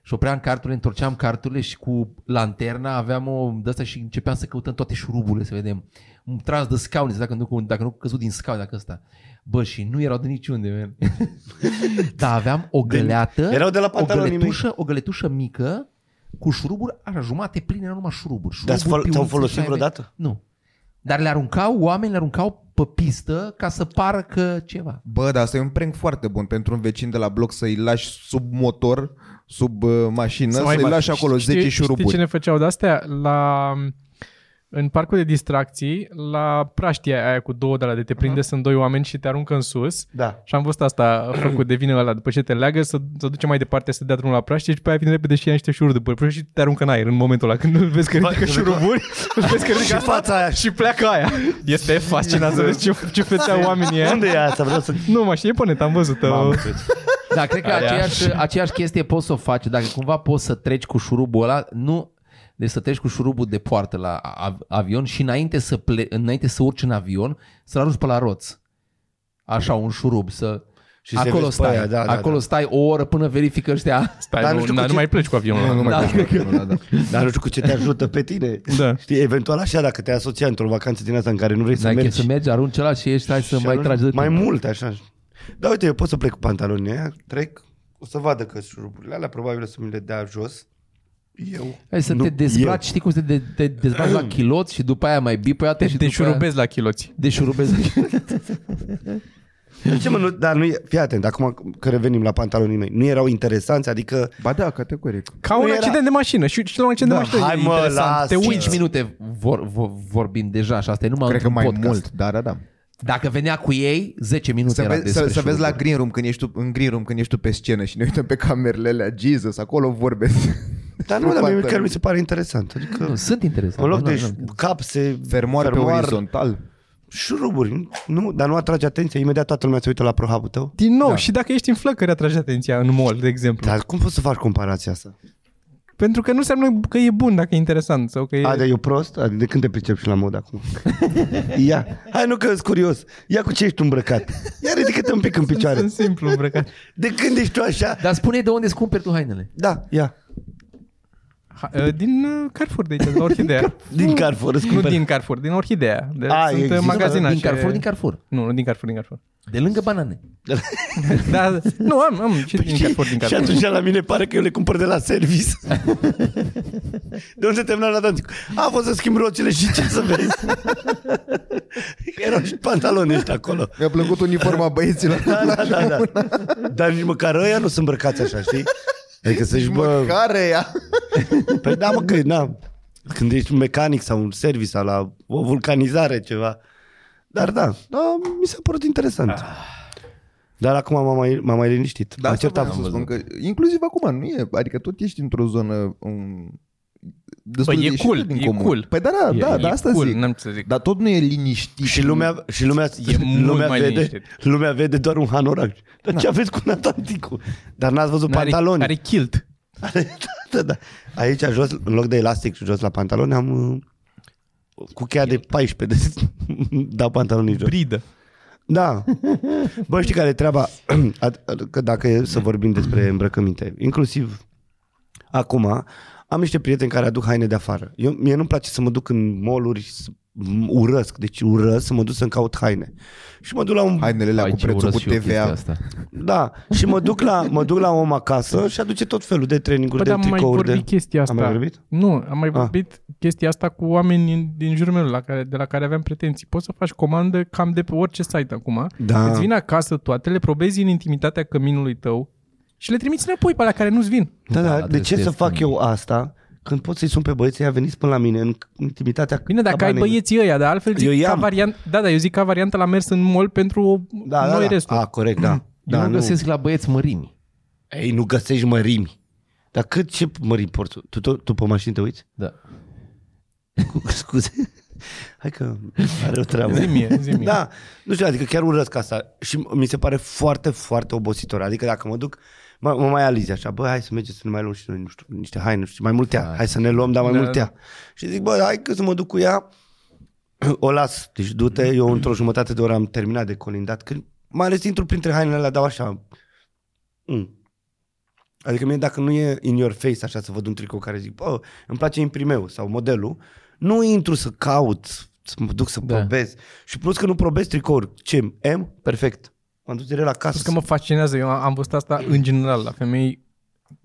Speaker 2: Și opream carturile, întorceam carturile și cu lanterna aveam o de asta și începeam să căutăm toate șuruburile, să vedem. Un trans de scaune, să dacă nu, dacă nu căzut din scaune, dacă ăsta. Bă, și nu erau de niciunde, man. Dar aveam o găleată,
Speaker 3: erau de la
Speaker 2: o
Speaker 3: pantalonii mei.
Speaker 2: găletușă, o găletușă mică cu șuruburi, așa, jumate pline, erau numai șuruburi.
Speaker 3: Dar s-au fol- s-au
Speaker 2: șuruburi piulițe,
Speaker 3: folosit
Speaker 2: șaibe.
Speaker 3: vreodată?
Speaker 2: Nu. Dar le aruncau, oamenii le aruncau pe pistă ca să pară că ceva.
Speaker 4: Bă, dar asta e un prank foarte bun pentru un vecin de la bloc să-i lași sub motor, sub uh, mașină,
Speaker 1: Să mai
Speaker 4: să-i
Speaker 1: faci.
Speaker 4: lași acolo 10
Speaker 1: Știi cine
Speaker 4: șuruburi.
Speaker 1: făceau de-astea? La, în parcul de distracții, la praștia aia cu două de la de te prinde, uh-huh. sunt doi oameni și te aruncă în sus.
Speaker 3: Da.
Speaker 1: Și am văzut asta făcut de vină ăla după ce te leagă, să, să duce mai departe, să dea drumul la praștie și pe aia vine repede și ia niște șururi de păr și te aruncă în aer în momentul ăla când îl vezi că ridică șuruburi, îl vezi că ridică
Speaker 3: Și fața aia.
Speaker 1: și pleacă aia. Este fascinant să vezi ce, ce fețe au oamenii aia.
Speaker 3: Unde e asta? Vreau să...
Speaker 1: Nu, mă, și e pe net, am văzut.
Speaker 3: Mamă,
Speaker 1: Uh,
Speaker 2: Da, cred că
Speaker 1: Aia.
Speaker 2: aceeași, aceeași chestie poți să o faci. Dacă cumva poți să treci cu șurubul ăla, nu... Deci să treci cu șurubul de poartă la av- avion și înainte să, ple- înainte să urci în avion, să-l arunci pe la roți. Așa, un șurub, să...
Speaker 3: Și se
Speaker 2: acolo
Speaker 3: vezi pe
Speaker 2: stai,
Speaker 3: aia, da, da,
Speaker 2: acolo
Speaker 3: da.
Speaker 2: stai o oră până verifică ăștia.
Speaker 1: stai,
Speaker 3: Dar
Speaker 1: nu,
Speaker 3: nu știu
Speaker 1: nu,
Speaker 3: cu
Speaker 1: nu
Speaker 3: ce-
Speaker 1: mai pleci cu avionul
Speaker 4: Nu,
Speaker 1: ăla.
Speaker 4: nu mai
Speaker 2: Da.
Speaker 4: da. Da, da.
Speaker 3: Dar nu știu cu ce te ajută pe tine.
Speaker 1: Da.
Speaker 3: Știi, eventual așa, dacă te asocia într-o vacanță din asta în care nu vrei să
Speaker 2: Dacă mergi.
Speaker 3: mergi.
Speaker 2: să mergi, arunci ăla și ești, hai să
Speaker 3: Și
Speaker 2: mai
Speaker 3: atunci
Speaker 2: tragi de
Speaker 3: Mai
Speaker 2: tine.
Speaker 3: mult, așa. Da, uite, eu pot să plec cu pantalonii aia, trec, o să vadă că șuruburile alea, probabil o să mi le dea jos. Eu.
Speaker 2: Hai să
Speaker 3: Nu,
Speaker 2: te dezbraci,
Speaker 3: eu.
Speaker 2: știi cum să te, te dezbraci la chiloți și după aia mai bipoiate și
Speaker 1: Te
Speaker 2: după aia...
Speaker 1: șurubezi la chiloți.
Speaker 2: De șurubezi.
Speaker 3: De ce mă, nu, dar nu e, fii atent, acum că revenim la pantalonii mei, nu erau interesanți, adică
Speaker 4: Ba da, categoric.
Speaker 1: Ca un
Speaker 3: Nu era-
Speaker 1: accident de mașină. Și, și la un accident
Speaker 3: Da,
Speaker 1: de mașină
Speaker 3: hai,
Speaker 1: e
Speaker 3: mă,
Speaker 1: interesant.
Speaker 3: las,
Speaker 1: Te
Speaker 3: ce-
Speaker 1: uiți.
Speaker 2: 5 minute vor, vor, vorbim deja și asta e numai
Speaker 4: Cred că
Speaker 2: într-un
Speaker 4: mai
Speaker 2: podcast.
Speaker 4: mult, da, da, da.
Speaker 2: Dacă venea cu ei, 10 minute
Speaker 4: Să,
Speaker 2: era
Speaker 4: vezi, să,
Speaker 2: despre
Speaker 4: să vezi la
Speaker 2: șuruburi.
Speaker 4: green room când ești tu, în green room când ești tu pe scenă și ne uităm pe camerele alea, Jesus, acolo vorbesc.
Speaker 3: Dar nu, dar mie chiar mi se pare interesant. Adică,
Speaker 2: Nu, sunt interesant.
Speaker 3: în loc
Speaker 2: Nu,
Speaker 3: de
Speaker 2: nu,
Speaker 3: ș-
Speaker 2: nu.
Speaker 3: capse,
Speaker 4: Fermoar pe orizontal.
Speaker 3: șuruburi, nu, dar nu atrage atenția, imediat toată lumea se uită la prohabul tău.
Speaker 1: Din nou, da. și dacă ești în flăcări, atragi atenția în mall, de exemplu. Da.
Speaker 3: Dar cum poți să faci comparația asta?
Speaker 1: Pentru că nu înseamnă că e bun dacă e interesant sau că e...
Speaker 3: A, dar eu prost? A, de când te pricepi și la mod acum? Ia, hai nu că sunt curios. Ia cu ce ești îmbrăcat. Ia ridică-te un pic în picioare.
Speaker 1: Sunt simplu îmbrăcat.
Speaker 3: De când ești tu așa?
Speaker 2: Dar spune de unde îți cumperi tu hainele.
Speaker 3: Da, ia.
Speaker 1: Ha, uh, din uh, Carrefour de aici, de la Orhidea.
Speaker 3: Din Carrefour îți
Speaker 1: nu
Speaker 3: cumperi.
Speaker 1: din Carrefour, din Orhidea. De,
Speaker 3: A,
Speaker 1: sunt
Speaker 3: există,
Speaker 1: uh, magazinașe.
Speaker 2: Din Carrefour, din Carrefour.
Speaker 1: Nu, nu din Carrefour, din Carrefour.
Speaker 2: De lângă banane.
Speaker 1: Dar, nu, am, am, și din
Speaker 3: Păi Și-
Speaker 1: Carrefour, din
Speaker 3: Și
Speaker 1: Carrefour.
Speaker 3: atunci la mine pare că eu le cumpăr de la service. de unde terminam la danț? A fost să schimb roțile și ce să vezi? Erau și pantaloni ăștia acolo.
Speaker 4: Mi-a plăcut uniforma băieților.
Speaker 3: Da, da, da, da. Dar nici măcar ăia nu sunt îmbrăcați așa, știi? Adică să-și, bă,
Speaker 4: Care ea?
Speaker 3: Păi da, mă, că na, când ești un mecanic sau un service sau la o vulcanizare, ceva. Dar da, da mi s-a părut interesant. Dar acum m-am mai, m-am mai liniștit.
Speaker 4: Ah. Da,
Speaker 3: am
Speaker 4: asta
Speaker 3: acceptat.
Speaker 4: vreau să spun că inclusiv acum nu e, adică tot ești într-o zonă um, destul
Speaker 1: Păi e
Speaker 4: de ieșită
Speaker 1: cool,
Speaker 4: din
Speaker 1: e
Speaker 4: comun.
Speaker 1: cool.
Speaker 4: Păi da, da,
Speaker 1: E-
Speaker 4: da, da
Speaker 1: e
Speaker 4: asta
Speaker 1: cool,
Speaker 4: zic.
Speaker 1: n-am ce să zic.
Speaker 4: Dar tot nu e liniștit.
Speaker 3: Și lumea, și lumea,
Speaker 1: E mult
Speaker 3: lumea,
Speaker 1: mai
Speaker 3: vede,
Speaker 1: liniștit.
Speaker 3: lumea vede doar un hanorac. Dar
Speaker 4: Da.
Speaker 3: ce aveți cu Natanticu? Dar n-ați văzut
Speaker 1: Are,
Speaker 3: pantaloni.
Speaker 1: are kilt.
Speaker 3: da, da. Aici, jos, în loc de elastic și jos la pantaloni, am uh, cu cheia de 14 de da pantalonii jos.
Speaker 1: Bridă.
Speaker 3: Da. Bă, știi care e treaba? Ad- ad- Că dacă e să vorbim despre îmbrăcăminte, inclusiv acum, am niște prieteni care aduc haine de afară. Eu, mie nu-mi place să mă duc în moluri, să- m- urăsc, deci urăsc să mă duc să-mi caut haine. Și mă duc la un...
Speaker 4: Hainele alea
Speaker 2: Ai,
Speaker 4: cu
Speaker 2: ce
Speaker 4: prețul
Speaker 2: urăsc
Speaker 4: cu
Speaker 2: și eu chestia
Speaker 4: TVA.
Speaker 2: Asta.
Speaker 3: Da, și mă duc la, mă duc la om acasă și aduce tot felul de
Speaker 1: Bă,
Speaker 3: traininguri, de
Speaker 1: Păi, dar am mai
Speaker 3: tricouri.
Speaker 1: vorbit
Speaker 3: De...
Speaker 1: chestia asta.
Speaker 3: Am mai vorbit? Ah.
Speaker 1: Nu, am mai vorbit chestia asta cu oameni din, din jurul meu la care, de la care aveam pretenții. Poți să faci comandă cam de pe orice site acum.
Speaker 3: Da.
Speaker 1: Îți vin acasă toate, le probezi în intimitatea căminului tău și le trimiți înapoi pe la care nu-ți vin.
Speaker 3: Da,
Speaker 2: Da,
Speaker 3: da, de
Speaker 2: trebuie
Speaker 3: ce
Speaker 2: să
Speaker 3: să
Speaker 2: ies
Speaker 3: fac
Speaker 2: în-
Speaker 3: eu asta când pot să-i sun pe băieții ăia veniți până la mine în intimitatea
Speaker 1: Bine, dacă ai
Speaker 3: cabanei?
Speaker 1: băieții ăia, dar altfel
Speaker 3: Da, Eu
Speaker 1: zic ca
Speaker 3: i-am.
Speaker 1: variant, da, da, eu zic ca variantă la mers în mall pentru
Speaker 3: da, da,
Speaker 1: noi
Speaker 3: da.
Speaker 1: restul.
Speaker 3: A, corect, da.
Speaker 2: Da,
Speaker 3: da
Speaker 2: eu nu găsesc la băieți mărimi.
Speaker 3: Ei, nu găsești mărimi. Dar cât ce mărimi porți? tu? Tu, tu, tu pe mașini te uiți?
Speaker 2: Da.
Speaker 3: Cu, scuze. Hai că are o treabă.
Speaker 1: Zi-mi, zi-mi.
Speaker 3: Da, nu știu, adică chiar urăsc asta și mi se pare foarte, foarte obositor. Adică dacă mă duc, mă, mă mai alizi așa, bă, hai să mergem să ne mai luăm și noi, nu știu, niște haine, nu știu, mai multe hai să ne luăm, dar mai
Speaker 1: Da,
Speaker 3: multe Și zic, bă, hai că să mă duc cu ea, o las, deci du-te, eu într-o jumătate de oră am terminat de colindat, când, mai ales intru printre hainele alea, dau așa, mm. Adică mie dacă nu e in your face așa să văd un tricou care zic, bă, îmi place imprimeu sau modelul, nu intru să caut, să mă duc să
Speaker 2: Da.
Speaker 3: probez. Și plus că nu probez tricouri. Ce? M? Perfect. M-am dus direct la casă.
Speaker 1: Plus că mă fascinează, eu am văzut asta în general la femei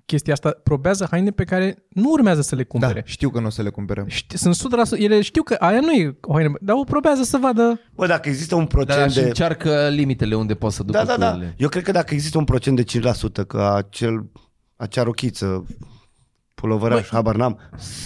Speaker 1: chestia asta, probează haine pe care nu urmează să le
Speaker 4: Da,
Speaker 1: cumpere.
Speaker 4: știu că nu o să le cumpere.
Speaker 1: Ști, sunt 100%, ele știu că aia nu e o haină, dar o probează să vadă.
Speaker 3: Bă, dacă există un
Speaker 2: Dar da,
Speaker 3: procent
Speaker 2: și
Speaker 3: de...
Speaker 2: încearcă limitele unde poți să ducă
Speaker 3: Da, da, da.
Speaker 2: cu ele.
Speaker 3: Eu cred că dacă există un procent de 5% că acel, acea rochiță, pulovăraș, habar n-am,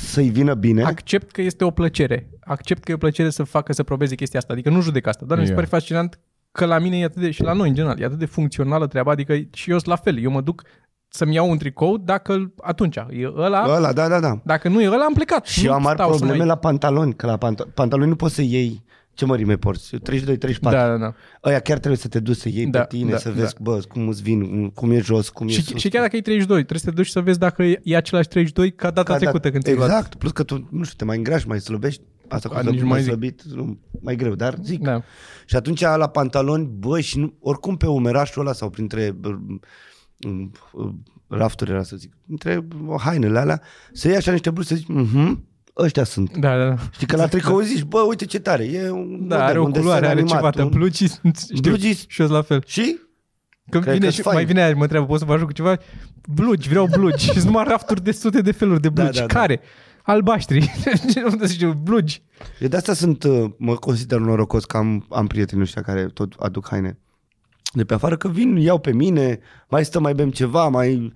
Speaker 3: să-i vină bine,
Speaker 1: Accept că este o plăcere. Accept că e o plăcere să facă, să probeze chestia asta. Adică nu judec asta, dar mi se
Speaker 2: Ia.
Speaker 1: pare fascinant că la mine e atât de, și la noi în general, e atât de funcțională treaba, adică și eu sunt la fel. Eu mă duc să-mi iau un tricou dacă atunci e ăla,
Speaker 3: ăla, da, da, da.
Speaker 1: dacă nu e ăla, am plecat.
Speaker 3: Și
Speaker 1: nu
Speaker 3: eu am mari
Speaker 1: stau să
Speaker 3: probleme
Speaker 1: mai-
Speaker 3: la pantaloni, că la panto- pantaloni nu poți să iei ce mărime porți, 32, 34.
Speaker 1: Da, da, da.
Speaker 3: Aia chiar trebuie să te duci să iei
Speaker 1: Da,
Speaker 3: da, pe tine,
Speaker 1: da,
Speaker 3: da, să vezi, da. bă, cum îți vin, cum e jos, cum e
Speaker 1: Și,
Speaker 3: sus.
Speaker 1: și chiar dacă e 32, trebuie să te duci și să vezi dacă e e același 32 ca data
Speaker 3: Ca
Speaker 1: trecută
Speaker 3: dat-
Speaker 1: când ți-ai luat.
Speaker 3: Exact, plus că tu, nu știu, te mai îngrași, mai slăbești, asta
Speaker 1: A,
Speaker 3: cu
Speaker 1: nici
Speaker 3: slăbit,
Speaker 1: nu mai
Speaker 3: mai
Speaker 1: zic.
Speaker 3: slăbit, nu, mai greu, dar zic.
Speaker 1: Da.
Speaker 3: Și atunci la pantaloni, bă, și nu, oricum pe umerașul ăla sau printre um, um, rafturi era să zic, între hainele alea, să iei așa niște bluzi, să zici, mhm, ăștia sunt.
Speaker 1: Da, da, da.
Speaker 3: Știi că la tricou zici, bă, uite ce tare, e un
Speaker 1: Da,
Speaker 3: model,
Speaker 1: are o
Speaker 3: un desen
Speaker 1: culoare, are
Speaker 3: animat,
Speaker 1: ceva, te
Speaker 3: un-
Speaker 1: blugi, știu,
Speaker 3: Blugi-
Speaker 1: și eu sunt la fel.
Speaker 3: Și?
Speaker 1: Când
Speaker 3: Cred
Speaker 1: vine
Speaker 3: că-s
Speaker 1: și
Speaker 3: fain.
Speaker 1: mai vine aia și mă întreabă, poți să vă ajut cu ceva? Blugi, vreau blugi. și sunt numai rafturi de sute de feluri de
Speaker 3: Da,
Speaker 1: blugi.
Speaker 3: da, da.
Speaker 1: Care? Albaștri. Ce nu să știu, blugi.
Speaker 3: Eu de asta sunt, uh, mă consider norocos că am, am prietenii ăștia care tot aduc haine de pe afară, că vin, iau pe mine, mai stăm, mai bem ceva, mai,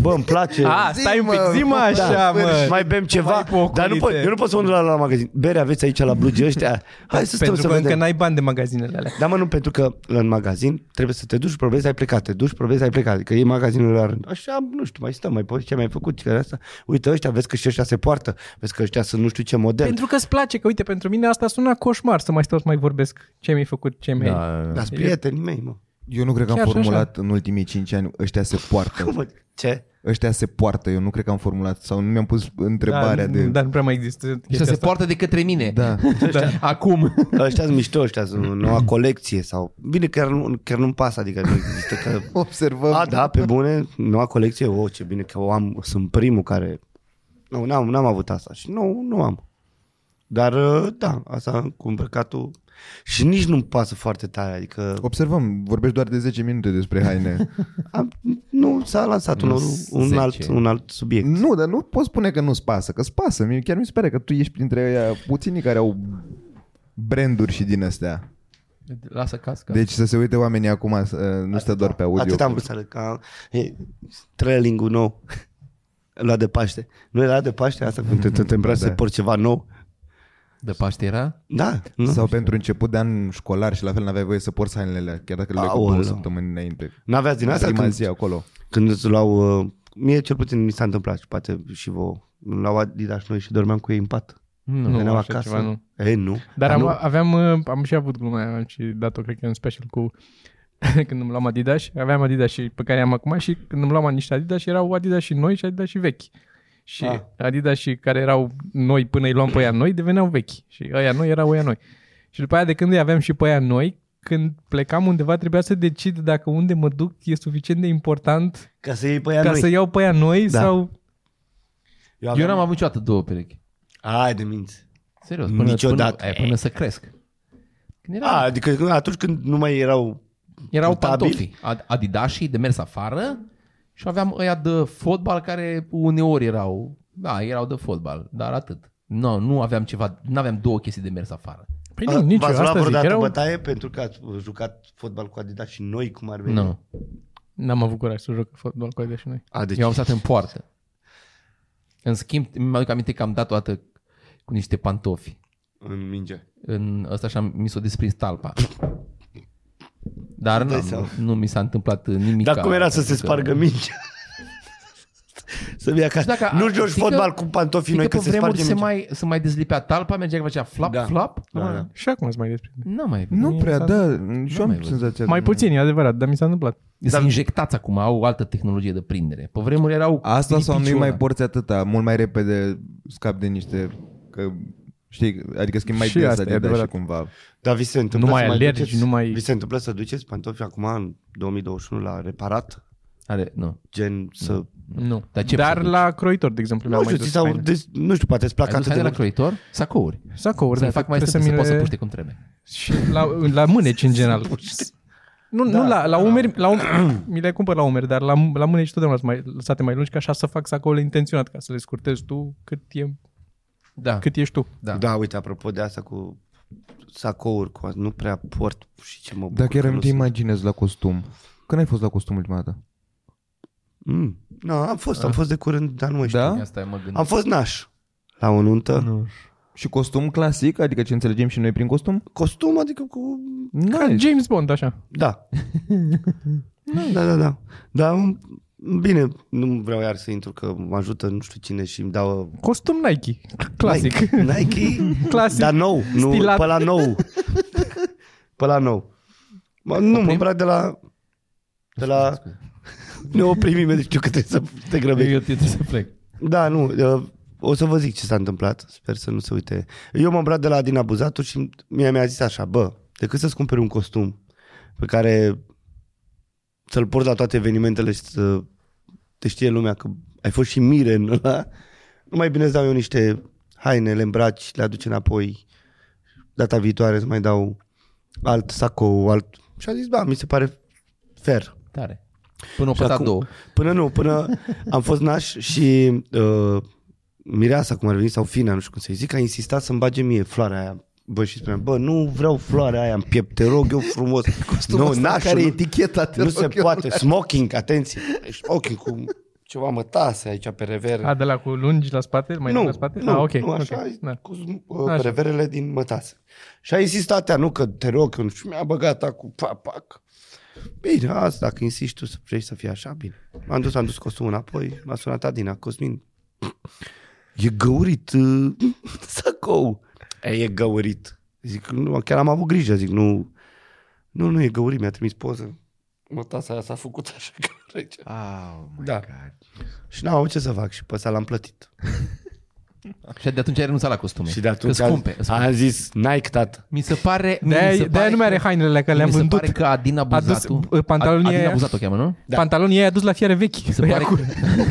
Speaker 3: bă, îmi place.
Speaker 1: A,
Speaker 4: zi,
Speaker 1: stai un pic,
Speaker 4: mă,
Speaker 1: zi mă
Speaker 4: da,
Speaker 1: așa, mă.
Speaker 3: mai bem
Speaker 1: Mai
Speaker 3: ceva,
Speaker 1: pocolite.
Speaker 3: dar nu pot, eu nu pot să mă duc la, la magazin. Bere aveți aici la blugi ăștia? Hai să stăm
Speaker 1: Pentru
Speaker 3: să
Speaker 1: că încă
Speaker 3: vedem.
Speaker 1: n-ai bani de magazinele alea.
Speaker 3: Da, mă, nu, pentru că în magazin trebuie să te duci, probezi, ai plecat, te duci, probezi, ai plecat, că e magazinul la rând. Așa, nu știu, mai stăm, mai poți, ce mai ai făcut, ce asta. Uite ăștia, vezi că și ăștia se poartă, vezi că ăștia sunt nu știu ce model.
Speaker 1: Pentru că îți place, că uite, pentru mine asta sună coșmar să mai stau să mai vorbesc. Ce mi-ai făcut, ce mi-ai... Da.
Speaker 2: Da.
Speaker 3: Dar sunt prietenii mei, mă.
Speaker 4: Eu nu cred că am
Speaker 1: Chiar și așa.
Speaker 4: formulat în ultimii 5 ani ăștia se poartă.
Speaker 3: Mă, Ce?
Speaker 4: Ăștia se poartă. Eu nu cred că am formulat sau nu mi-am pus întrebarea de...
Speaker 1: Dar nu prea mai există
Speaker 2: Să
Speaker 1: chestia
Speaker 2: se
Speaker 1: asta.
Speaker 2: poartă de către mine.
Speaker 4: Da.
Speaker 2: da. Acum.
Speaker 3: Ăștia sunt mișto, ăștia sunt noua colecție sau... Bine, chiar, nu, chiar nu-mi pasă, adică nu există că...
Speaker 4: Observăm.
Speaker 3: A, da, pe bune, noua colecție, o, oh, ce bine că o am, sunt primul care... Nu, n-am, n-am avut asta și nu, nu am. Dar, uh, da, asta cu îmbrăcatul și nici nu-mi pasă foarte tare, adică
Speaker 4: Observăm, vorbești doar de 10 minute despre haine.
Speaker 3: am, nu s-a lansat un, un,
Speaker 2: zece.
Speaker 3: alt, un alt subiect.
Speaker 4: nu, dar nu poți spune că nu-ți pasă, că-ți pasă. Mie chiar mi se pare că tu ești printre aia puținii care au branduri și din astea.
Speaker 2: Lasă casca.
Speaker 4: Deci să se uite oamenii acum, să- nu stă doar pe audio.
Speaker 3: Atât am vrut să arăt ca e, trailing-ul nou la de Paște. Nu era de Paște asta când te, te, te îmbraci
Speaker 4: Da.
Speaker 3: să porți ceva nou?
Speaker 2: De Paște era?
Speaker 3: Da, nu?
Speaker 4: Sau pentru început de an școlar și la fel n-aveai voie să porți hainele alea, chiar dacă le luai cu
Speaker 3: Aoleu.
Speaker 4: două săptămâni înainte.
Speaker 3: N-aveați din asta
Speaker 4: Prima
Speaker 3: când,
Speaker 4: zi acolo.
Speaker 3: când îți luau... uh, Mie cel puțin mi s-a întâmplat și poate și vouă. Îmi Luau Adidas noi și dormeam cu ei în pat.
Speaker 2: Nu.
Speaker 1: Nu,
Speaker 3: Veneau
Speaker 1: așa
Speaker 3: acasă.
Speaker 1: ceva nu.
Speaker 3: E, nu.
Speaker 1: Dar
Speaker 3: nu.
Speaker 1: am, aveam, uh, am și avut gluma aia, am și dat-o, cred că în special cu când îmi luam Adidas, aveam Adidas și pe care am acum și când îmi luam niște Adidas erau Adidas și noi și Adidas și vechi. Și ah.
Speaker 3: Ah.
Speaker 1: Adidas și care erau noi până îi luam pe aia noi deveneau vechi și aia noi erau aia noi. Și după aia de când îi aveam și pe aia noi, când plecam undeva trebuia să decid dacă unde mă duc e suficient de important
Speaker 3: Ca să iei pe ea
Speaker 1: ca
Speaker 3: noi.
Speaker 1: să iau pe aia noi da.
Speaker 3: Da.
Speaker 1: sau...
Speaker 2: Eu n-am avut niciodată două perechi.
Speaker 3: Hai de minți.
Speaker 2: Serios. Până,
Speaker 3: Niciodată.
Speaker 2: Până, ai, până să cresc. Când
Speaker 3: A,
Speaker 2: era,
Speaker 3: adică atunci când nu mai erau...
Speaker 2: erau
Speaker 3: portabil?
Speaker 2: pantofii. Ad- Adidașii de mers afară și aveam ăia de fotbal care uneori erau... Da, erau de fotbal, dar atât. Nu, nu aveam ceva, nu aveam două chestii de mers afară.
Speaker 1: Păi nu, nici eu,
Speaker 3: V-ați luat
Speaker 1: asta zic,
Speaker 3: vreodată
Speaker 1: erau...
Speaker 3: bătaie pentru că ați uh, jucat fotbal cu Adidas și noi cum ar
Speaker 2: Nu.
Speaker 3: veni?
Speaker 2: No.
Speaker 1: N-am avut curaj să joc fotbal cu aia și noi.
Speaker 3: A, deci
Speaker 2: Eu am stat în poartă. În schimb, mi-aduc aminte că am dat o dată cu niște pantofi.
Speaker 3: în minge.
Speaker 2: În ăsta și mi s-a desprins talpa. Dar
Speaker 3: Dai
Speaker 2: nu,
Speaker 3: seama.
Speaker 2: nu mi s-a întâmplat nimic.
Speaker 3: Dar cum era să se spargă mingea? să vii acasă.
Speaker 2: Dacă-
Speaker 3: nu joci
Speaker 2: știi că-
Speaker 3: fotbal cu pantofii noi că se sparge
Speaker 2: se
Speaker 3: mingea. Mai...
Speaker 2: mai, se mai dezlipea talpa, mergea că făcea flap, da.
Speaker 3: Da.
Speaker 2: flap.
Speaker 3: Da,
Speaker 2: Mă,
Speaker 3: da.
Speaker 1: Și acum îți mai despre.
Speaker 2: Nu mai
Speaker 4: Nu prea, da, și eu
Speaker 2: mai
Speaker 4: am
Speaker 2: văd.
Speaker 4: senzația.
Speaker 1: Mai
Speaker 4: de-
Speaker 1: puțin, e adevărat, dar mi s-a întâmplat.
Speaker 2: Sunt injectați acum, au o altă tehnologie de prindere. Pe vremuri erau
Speaker 4: Asta sau nu
Speaker 2: lipiciul
Speaker 4: mai
Speaker 2: ăla.
Speaker 4: porți atâta, mult mai repede scap de niște, că știi, adică schimbi mai
Speaker 1: Și
Speaker 4: des
Speaker 1: asta e
Speaker 4: adidas și
Speaker 1: adevărat.
Speaker 4: cumva.
Speaker 3: Dar vi se întâmplă
Speaker 1: Nu mai
Speaker 3: să
Speaker 1: alergi,
Speaker 3: duceți,
Speaker 1: nu mai-
Speaker 3: Vi se întâmplă să duceți pantofii acum în 2021 la reparat?
Speaker 2: Are, nu.
Speaker 3: Gen să...
Speaker 1: Nu.
Speaker 2: Dar ce
Speaker 1: Dar
Speaker 2: să duci?
Speaker 1: la croitor, de exemplu,
Speaker 3: Nu
Speaker 1: le-am
Speaker 3: știu,
Speaker 1: mai
Speaker 3: ți
Speaker 1: dus
Speaker 3: s-au
Speaker 1: haine.
Speaker 3: des... nu știu, poate îți plac
Speaker 2: Ai dus
Speaker 3: atât de
Speaker 2: haine la
Speaker 3: mult.
Speaker 2: croitor? Sacouri.
Speaker 1: Sacouri,
Speaker 2: Să le
Speaker 1: da,
Speaker 2: fac mai
Speaker 1: trebuie
Speaker 2: strâmb, să
Speaker 1: mi
Speaker 2: poată să
Speaker 1: le-
Speaker 2: puște cum trebuie.
Speaker 1: Și la, la mâneci, în general. Nu, da, nu la, la umeri, la umeri mi le cumpăr la umeri, dar la, la mâneci totdeauna sunt mai, lăsate mai lungi, ca așa să fac sacoule intenționat, ca să le scurtezi tu cât, e,
Speaker 2: Da,
Speaker 1: cât ești tu.
Speaker 2: da.
Speaker 3: Da, uite, apropo de asta cu sacouri, cu nu prea port și ce mă bucur.
Speaker 4: Dacă
Speaker 3: că
Speaker 4: eram
Speaker 3: nu
Speaker 4: te
Speaker 3: sunt.
Speaker 4: imaginezi la costum. Când ai fost la costum ultima dată?
Speaker 3: Mm. No, am fost, am
Speaker 1: Ah.
Speaker 3: fost de curând, dar nu mai știu.
Speaker 4: Da?
Speaker 2: Asta e mă gândesc.
Speaker 3: Am fost naș la o nuntă.
Speaker 4: Nu. Și costum clasic, adică ce înțelegem și noi prin costum?
Speaker 3: Costum, adică cu...
Speaker 1: Ca
Speaker 4: Nice.
Speaker 1: James Bond, așa.
Speaker 3: Da. da, da, da. Dar m- bine, nu vreau iar să intru că mă ajută nu știu cine și îmi dau uh,
Speaker 1: Costum Nike, clasic.
Speaker 3: Nike, Nike
Speaker 1: Clasic.
Speaker 3: dar nou, nu,
Speaker 1: Stilat.
Speaker 3: pe la nou. Pe la nou. Mă, nu, mă îmbrac de la... De la... Ne oprim imediat, știu că trebuie să te grăbești.
Speaker 2: Eu trebuie să plec.
Speaker 3: Da, nu, uh, o să vă zic ce s-a întâmplat, sper să nu se uite. Eu m-am brat de la Adina Buzatu și mie mi-a zis așa, bă, decât să-ți cumperi un costum pe care să-l porți la toate evenimentele și să te știe lumea că ai fost și mire în ăla, nu mai bine îți dau eu niște haine, le îmbraci, le aduci înapoi, data viitoare îți mai dau alt sacou, alt... Și a zis, da, mi se pare fair.
Speaker 2: Tare. Până o
Speaker 3: Și
Speaker 2: căta
Speaker 3: acum-
Speaker 2: două.
Speaker 3: Până nu, până am fost naș și uh, Mireasa, cum ar veni, sau Fina, nu știu cum să-i zic, a insistat să-mi bage mie floarea aia. Bă, și spuneam, bă, nu vreau floarea aia în piept, te rog eu frumos.
Speaker 4: Costumul
Speaker 3: nu,
Speaker 4: ăsta
Speaker 3: nașul,
Speaker 4: care e
Speaker 3: nu-
Speaker 4: eticheta, te
Speaker 3: Nu
Speaker 4: rog
Speaker 3: se
Speaker 4: eu.
Speaker 3: poate, smoking, atenție, smoking cu ceva mătase aici pe rever.
Speaker 1: A, de la cu lungi la spate, mai
Speaker 3: nu,
Speaker 1: lung la spate?
Speaker 3: nu,
Speaker 1: ah, ok.
Speaker 3: nu așa,
Speaker 1: ok, da.
Speaker 3: cu uh,
Speaker 1: Așa.
Speaker 3: pe reverele din mătase. Și a insistat ea, nu că te rog, eu nu știu, mi-a băgat acum, pac, pac. Bine, asta, dacă insisti tu să vrei să fie așa, bine. M-am dus, am dus costumul înapoi, m-a sunat Adina, Cosmin, e găurit uh, sacou. E, e găurit. Zic, nu, chiar am avut grijă, zic, nu, nu, nu e găurit, mi-a trimis poză. Mătasa aia s-a făcut așa că rece.
Speaker 4: Oh my
Speaker 3: Da.
Speaker 4: God.
Speaker 3: Și n-am avut ce să fac și pe ăsta l-am plătit.
Speaker 2: Și de atunci ai renunțat la costume.
Speaker 3: Și de atunci
Speaker 2: că scumpe.
Speaker 3: am, am zis, Nike, tată.
Speaker 2: Mi se pare... mi se
Speaker 1: De-aia, de-aia
Speaker 2: pare
Speaker 1: nu mai are
Speaker 2: că-
Speaker 1: hainele că le-am
Speaker 2: mi se
Speaker 1: vândut.
Speaker 2: pare că Adina
Speaker 1: A dus,
Speaker 2: Buzatu...
Speaker 1: bă, pantalonii
Speaker 2: Adina
Speaker 1: aia-
Speaker 2: Buzatu o cheamă, nu?
Speaker 1: Da. Pantalonii aia dus la fiare vechi. Păi
Speaker 2: Mi se, pare că,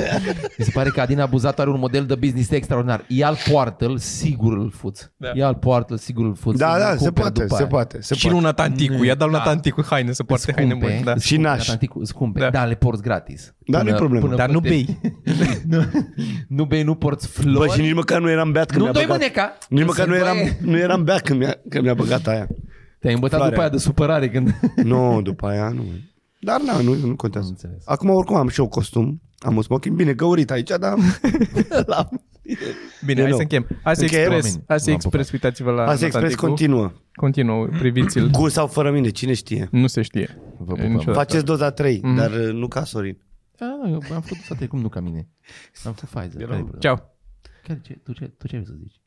Speaker 2: mi se pare că Adina Buzatu are un model de business extraordinar. Ia al poartă-l, sigur îl fuț. Da. Ia al poartă-l, sigur îl fuț.
Speaker 3: Da,
Speaker 2: îl
Speaker 3: da, se
Speaker 2: cumperi
Speaker 3: poate,
Speaker 2: după
Speaker 3: se
Speaker 2: aia.
Speaker 3: poate, se
Speaker 1: Și
Speaker 3: poate.
Speaker 1: nu Natanticu. I-a dat lui
Speaker 2: Da.
Speaker 1: Natanticu haine să poarte
Speaker 2: Îți
Speaker 1: haine
Speaker 2: cumpe,
Speaker 1: multe. Da.
Speaker 2: îți
Speaker 3: Și
Speaker 2: cumpe,
Speaker 3: naș.
Speaker 2: Atlanticul, Îți cumpe, da.
Speaker 1: Da.
Speaker 2: le porți gratis.
Speaker 3: Da, nu-i problemă.
Speaker 1: Dar nu
Speaker 2: poate-
Speaker 1: bei.
Speaker 2: nu, nu bei, nu porți
Speaker 3: Bă,
Speaker 2: flori.
Speaker 3: și nici măcar nu eram beat când
Speaker 2: Nu
Speaker 3: mi-a
Speaker 2: doi
Speaker 3: băgat.
Speaker 2: mâneca!
Speaker 3: Nici măcar nu
Speaker 2: Se
Speaker 3: eram,
Speaker 2: băie.
Speaker 3: nu eram beat când mi-a, când mi-a băgat aia.
Speaker 2: Te-ai îmbătat
Speaker 3: Floarea.
Speaker 2: după aia de supărare când...
Speaker 3: Nu, după aia nu. Dar na, nu, nu
Speaker 2: Am
Speaker 3: contează.
Speaker 2: înțeles.
Speaker 3: Acum oricum am și eu costum. Am un smoking bine găurit aici, dar
Speaker 2: Da,
Speaker 3: l-am.
Speaker 1: Bine,
Speaker 3: E
Speaker 1: hai
Speaker 3: nou.
Speaker 1: să încheiem. Hai să
Speaker 3: Încheiem,
Speaker 1: expres.
Speaker 2: oameni.
Speaker 1: Hai să
Speaker 2: V-am
Speaker 1: expres. Uitați-vă la
Speaker 2: da,
Speaker 3: Asta expres
Speaker 1: Natanticu.
Speaker 3: continuă.
Speaker 1: Continuă, priviți-l.
Speaker 3: Cu sau fără mine, cine știe.
Speaker 1: Nu se știe.
Speaker 2: Vă
Speaker 1: E
Speaker 2: pupăm.
Speaker 1: niciodată.
Speaker 3: Faceți doza 3,
Speaker 2: Mhm.
Speaker 3: dar uh, nu ca Sorin.
Speaker 2: Da, da, eu am făcut sate cum nu ca mine. Am făcut Pfizer. care e problema?
Speaker 1: Ceau.
Speaker 2: Chiar ce, tu, ce, tu ce vrei să zici?